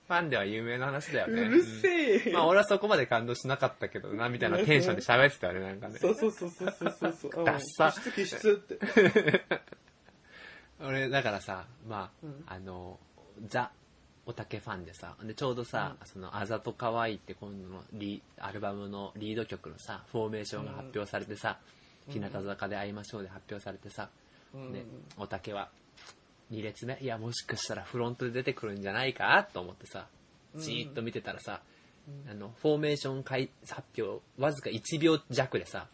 Speaker 2: ファンでは有名な話だよ
Speaker 1: う
Speaker 2: ね。
Speaker 1: るせえ
Speaker 2: うん <laughs> まあ俺はそこまで感動しなかったけどな、みたいなテンションで喋ってたよね、なんかね。
Speaker 1: そうそうそうそうそうそうそう。あもう
Speaker 2: ダッサ
Speaker 1: きつきしつって。
Speaker 2: 俺、だからさ、ま
Speaker 1: う
Speaker 2: あ、
Speaker 1: ん
Speaker 2: あの、ザ、おたけファンでさ、で、ちょうどさ、その、あざとかわいいって今度のリ、アルバムのリード曲のさ、フォーメーションが発表されてさ、
Speaker 1: うん
Speaker 2: 日向坂で会いましょうで発表されてさ、
Speaker 1: うん
Speaker 2: ね、おたけは、2列目、いや、もしかしたらフロントで出てくるんじゃないかと思ってさ、じーっと見てたらさ、あの、フォーメーション開発表、わずか1秒弱でさ、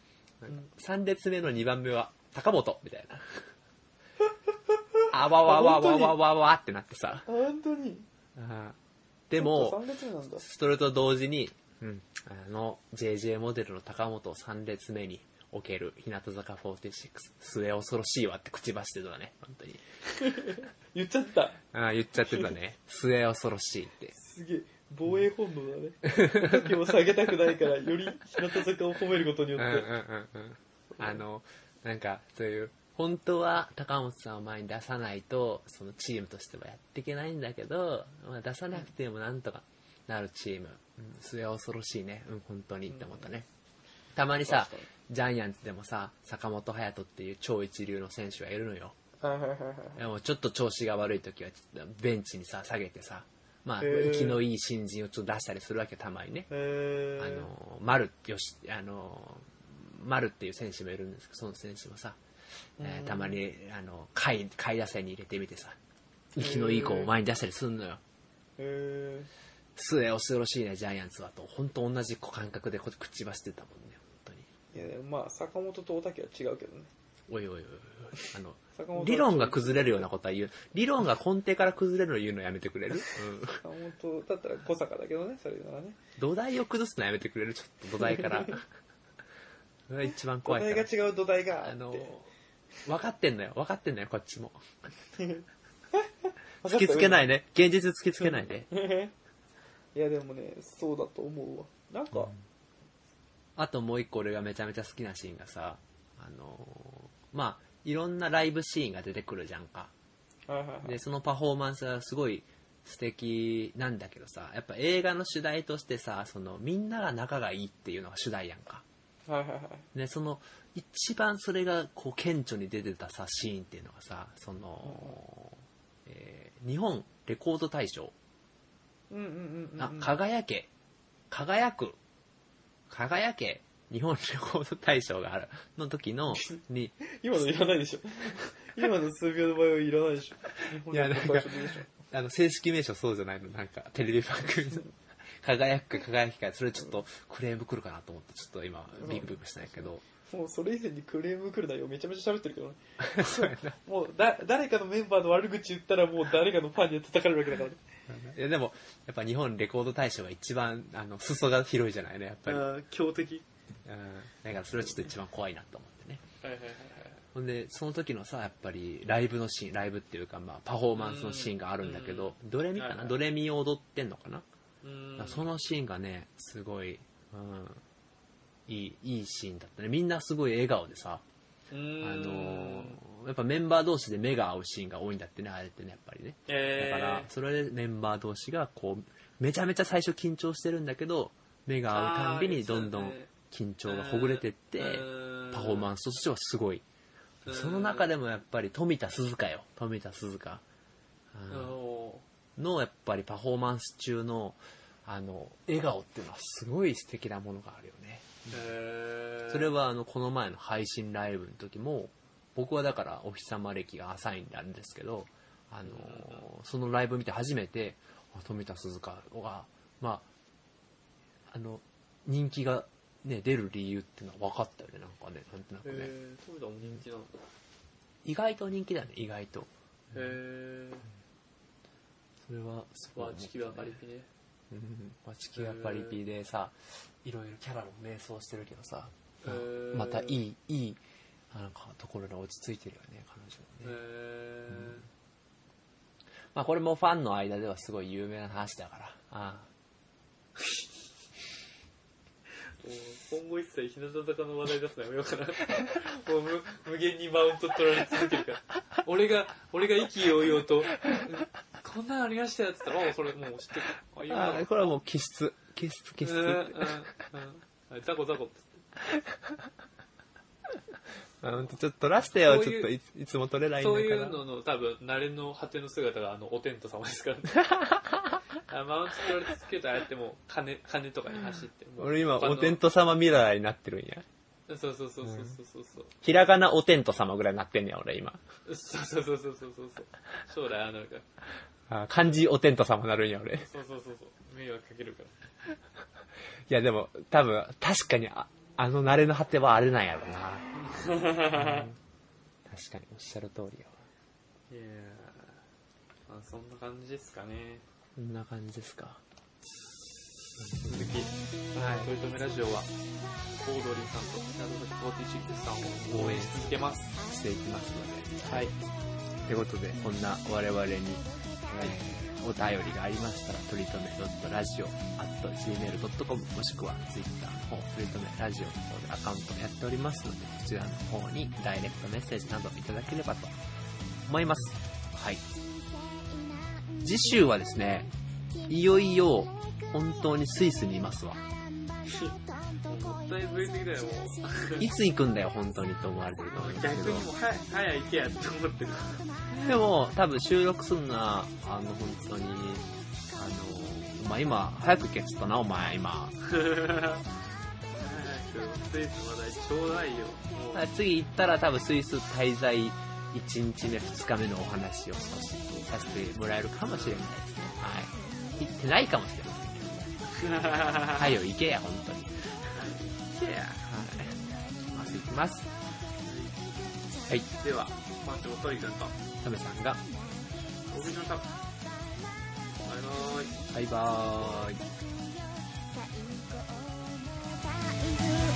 Speaker 2: 3列目の2番目は、高本みたいな。あわわわわわわわってなってさ。
Speaker 1: 本当に。
Speaker 2: うんでも、
Speaker 1: 3月目なんだ。
Speaker 2: それと同時に、うんあの、JJ モデルの高本を3列目に置ける、日向坂46、末恐ろしいわって口走ってたね、本当に。
Speaker 1: 言っちゃった。
Speaker 2: ああ、言っちゃって
Speaker 1: <laughs>
Speaker 2: たね。末恐ろしいって。
Speaker 1: すげえ。防衛本能だね。時を下げたくないから、より日向坂を褒めることに
Speaker 2: う
Speaker 1: よ
Speaker 2: んうんうん
Speaker 1: っ
Speaker 2: うん。あの、なんか、そういう、本当は高本さんを前に出さないと、そのチームとしてはやっていけないんだけど、まあ、出さなくてもなんとかなるチーム。うん、それは恐ろしいね。うん、本当にって思ったね。たまにさ
Speaker 1: 確かに、
Speaker 2: ジャイアンツでもさ、坂本勇人っていう超一流の選手がいるのよ。
Speaker 1: はいはいはいはい
Speaker 2: やもうちょっと調子が悪い時は、ちょっとベンチにさ、下げてさ、まあ、
Speaker 1: へー
Speaker 2: 生きのいい新人をちょっと出したりするわけ、たまにね。
Speaker 1: い
Speaker 2: あの、丸、よし、あの、丸っていう選手もいるんですけど、その選手もさ、えーたまに、あの、下位、下位打線に入れてみてさ、生きのいい子を前に出したりすんのよ。
Speaker 1: へ
Speaker 2: 末恐ろしいね、ジャイアンツはと。本当同じ感覚でこう口走ってたもんね、本
Speaker 1: えいやでもまあ坂本と大竹は違うけどね
Speaker 2: 当に。おいおいおいおい。あの、
Speaker 1: 坂本は
Speaker 2: 理論が崩れるようなことは言う。理論が根底から崩れるのを言うのやめてくれる、うん、
Speaker 1: 坂本だったら小坂だけどねそれならね
Speaker 2: 土台を崩すのやめてくれるちょっと土台から。それが一番怖い
Speaker 1: 土
Speaker 2: から。
Speaker 1: 台が違う土台が
Speaker 2: あの
Speaker 1: って、
Speaker 2: 分かってんのよ、分かってんのよ、こっちも。
Speaker 1: わか
Speaker 2: 突
Speaker 1: った
Speaker 2: きつけないね。現実突きつけないね。
Speaker 1: いやでもねそうだと思うわなんか、
Speaker 2: あともう一個俺がめちゃめちゃ好きなシーンがさ、あのーまあ、いろんなライブシーンが出てくるじゃんか。
Speaker 1: はいはいはい
Speaker 2: で、そのパフォーマンスはすごい素敵なんだけどさ、やっぱ映画の主題としてさ、そのみんなが仲がいいっていうのが主題やんか。
Speaker 1: はいはいはい
Speaker 2: ね、その一番それがこう顕著に出てたさシーンっていうのがさその、えー日本レコード大賞、
Speaker 1: うんうんうんうん
Speaker 2: あ輝け輝く輝け日本レコード大賞があるの時の
Speaker 1: <laughs>
Speaker 2: に
Speaker 1: 今のいらないでしょ今の数秒の場合はいらないでしょ
Speaker 2: いやなんか
Speaker 1: 日本のことは一緒でいいでしょ
Speaker 2: あの正式名称そうじゃないのなんかテレビ番組の輝くか輝きかそれちょっとクレーム来るかなと思ってちょっと今ビクビクしたんやけど、
Speaker 1: もうそれ以前にクレーム来る内容めちゃめちゃ喋ってるけどね
Speaker 2: そうやな
Speaker 1: もうだ誰かのメンバーの悪口言ったらもう誰かのファンに叩かれるわけだからね
Speaker 2: いやでもやっぱ日本レコード大賞が一番あの裾が広いじゃないねやっぱり
Speaker 1: あー強敵
Speaker 2: うんだからそれはちょっと一番怖いなと思ってね。
Speaker 1: はいはいはい
Speaker 2: ほんで、その時のさ、やっぱりライブのシーン、ライブっていうか、まあ、パフォーマンスのシーンがあるんだけど、ドレミか
Speaker 1: はい
Speaker 2: な
Speaker 1: はい
Speaker 2: ドレミを踊ってんのかな、だ
Speaker 1: は
Speaker 2: か
Speaker 1: い
Speaker 2: らそのシーンがね、すごい、うん、いい、いいシーンだったね。みんなすごい笑顔で
Speaker 1: あ
Speaker 2: さ、あのーやっぱメンバー同士で目が合うシーンが多いんだってね、あれってね、やっぱりね。だ
Speaker 1: え
Speaker 2: か
Speaker 1: ー、
Speaker 2: ら、それでメンバー同士が、こう、めちゃめちゃ最初緊張してるんだけど、目が合うたんび
Speaker 1: あ
Speaker 2: に
Speaker 1: ー言
Speaker 2: ど
Speaker 1: って
Speaker 2: ん
Speaker 1: た
Speaker 2: ど
Speaker 1: ね
Speaker 2: ん緊張がほぐれてって、パフォーマ
Speaker 1: ン
Speaker 2: ンスとしてはすごい。
Speaker 1: うん
Speaker 2: その中でもやっぱり富田鈴香よ。富田鈴香。うんのやっぱりパフォーマンス中の、あの、笑顔っていうのはすごい素敵なものがあるよね。それはあの、この前の配信ライブの時も、僕はだからお日様歴が浅いんであれですけど、あのー、そのライブ見て初めて、あ富田鈴香が、まあ、あの、人気がね、出る理由っていうのは分かったよね、なんかね、なんとなくね。
Speaker 1: えー、トムダも人気なの
Speaker 2: 意外と人気だね意外と
Speaker 1: へえ
Speaker 2: それはす
Speaker 1: ー、わチキはパリピね
Speaker 2: うんわちきがパリピでさいろいろキャラも迷走してるけどさ
Speaker 1: へー
Speaker 2: またいいいいなんかところに落ち着いてるよね彼女もね、
Speaker 1: へ
Speaker 2: まあ、これもファンの間ではすごい有名な話だからあ
Speaker 1: ー、もう今後一切日向坂の話題出すのやめようかな <laughs> もう無無限にマウント取られ続けるから俺が俺が意気揚々とうんこんなのありましたよっつったらもうそれもう知ってるあ
Speaker 2: あ
Speaker 1: 今
Speaker 2: ああこれはもう気質気質気
Speaker 1: う
Speaker 2: 質
Speaker 1: んうんうんザコザコっつって
Speaker 2: あほんとちょっと撮らせてよ
Speaker 1: そう
Speaker 2: ち
Speaker 1: い
Speaker 2: ょ
Speaker 1: う
Speaker 2: っといついつも撮れないんだ
Speaker 1: そ
Speaker 2: か
Speaker 1: うい
Speaker 2: ら
Speaker 1: うのの多分慣れの果ての姿があのお天道様です
Speaker 2: <laughs>
Speaker 1: からねあマウント取られ続けるとああやってもう金金とかに走ってもう
Speaker 2: 俺今
Speaker 1: 他の
Speaker 2: お天道様ミラーになってるんや
Speaker 1: そうそうそうそうそうそうそう
Speaker 2: ひらがなお天道様ぐらいになってんねや俺今
Speaker 1: そうそうそうそうそうそうそう将来ああなるから
Speaker 2: あー漢字お天道様なるんや俺
Speaker 1: そうそうそうそう迷惑かけるから
Speaker 2: いやでも多分確かにああの慣れの果てはあれなんやろうな、確かにおっしゃる通りよ
Speaker 1: いやーまあそんな感じですかね
Speaker 2: こんな感じですか
Speaker 1: 続きはい「トリトメラジオは」オードリーさんと謎解き46さんを応援し続けます
Speaker 2: していきますの
Speaker 1: はい
Speaker 2: でということでこんな我々に、お便りがありましたら、とりとめ .radio.gmail.com もしくは Twitter の方、とりとめラジオの方でアカウントやっておりますので、こちらの方にダイレクトメッセージなどいただければと思います。はい。次週はですね、いよいよ本当にスイスにいますわ。
Speaker 1: もったいぶりすぎだよ、も
Speaker 2: いつ行くんだよ、本当にと思われてると思
Speaker 1: う
Speaker 2: い。ます
Speaker 1: 逆
Speaker 2: けど
Speaker 1: に。もう、早い、早い行けやって思ってる。
Speaker 2: でも、多分収録すんな、あの、本当に、あの、まあ、今、早く消すとな、お前、今。
Speaker 1: スイスまだちょうだいよ。も <laughs> う
Speaker 2: 次行ったら多分スイス滞在1日目、2日目のお話を少しさせてもらえるかもしれないですね。はい。行ってないかもしれませんけど。はよ、行けや、本当に。
Speaker 1: 行けや。
Speaker 2: はい。まず行きます。はい。
Speaker 1: では、マッチョもトリくんと、
Speaker 2: タメさんが、
Speaker 1: お送りしました。バイバーイ。
Speaker 2: バイバーイ。
Speaker 6: 「最高のタイムを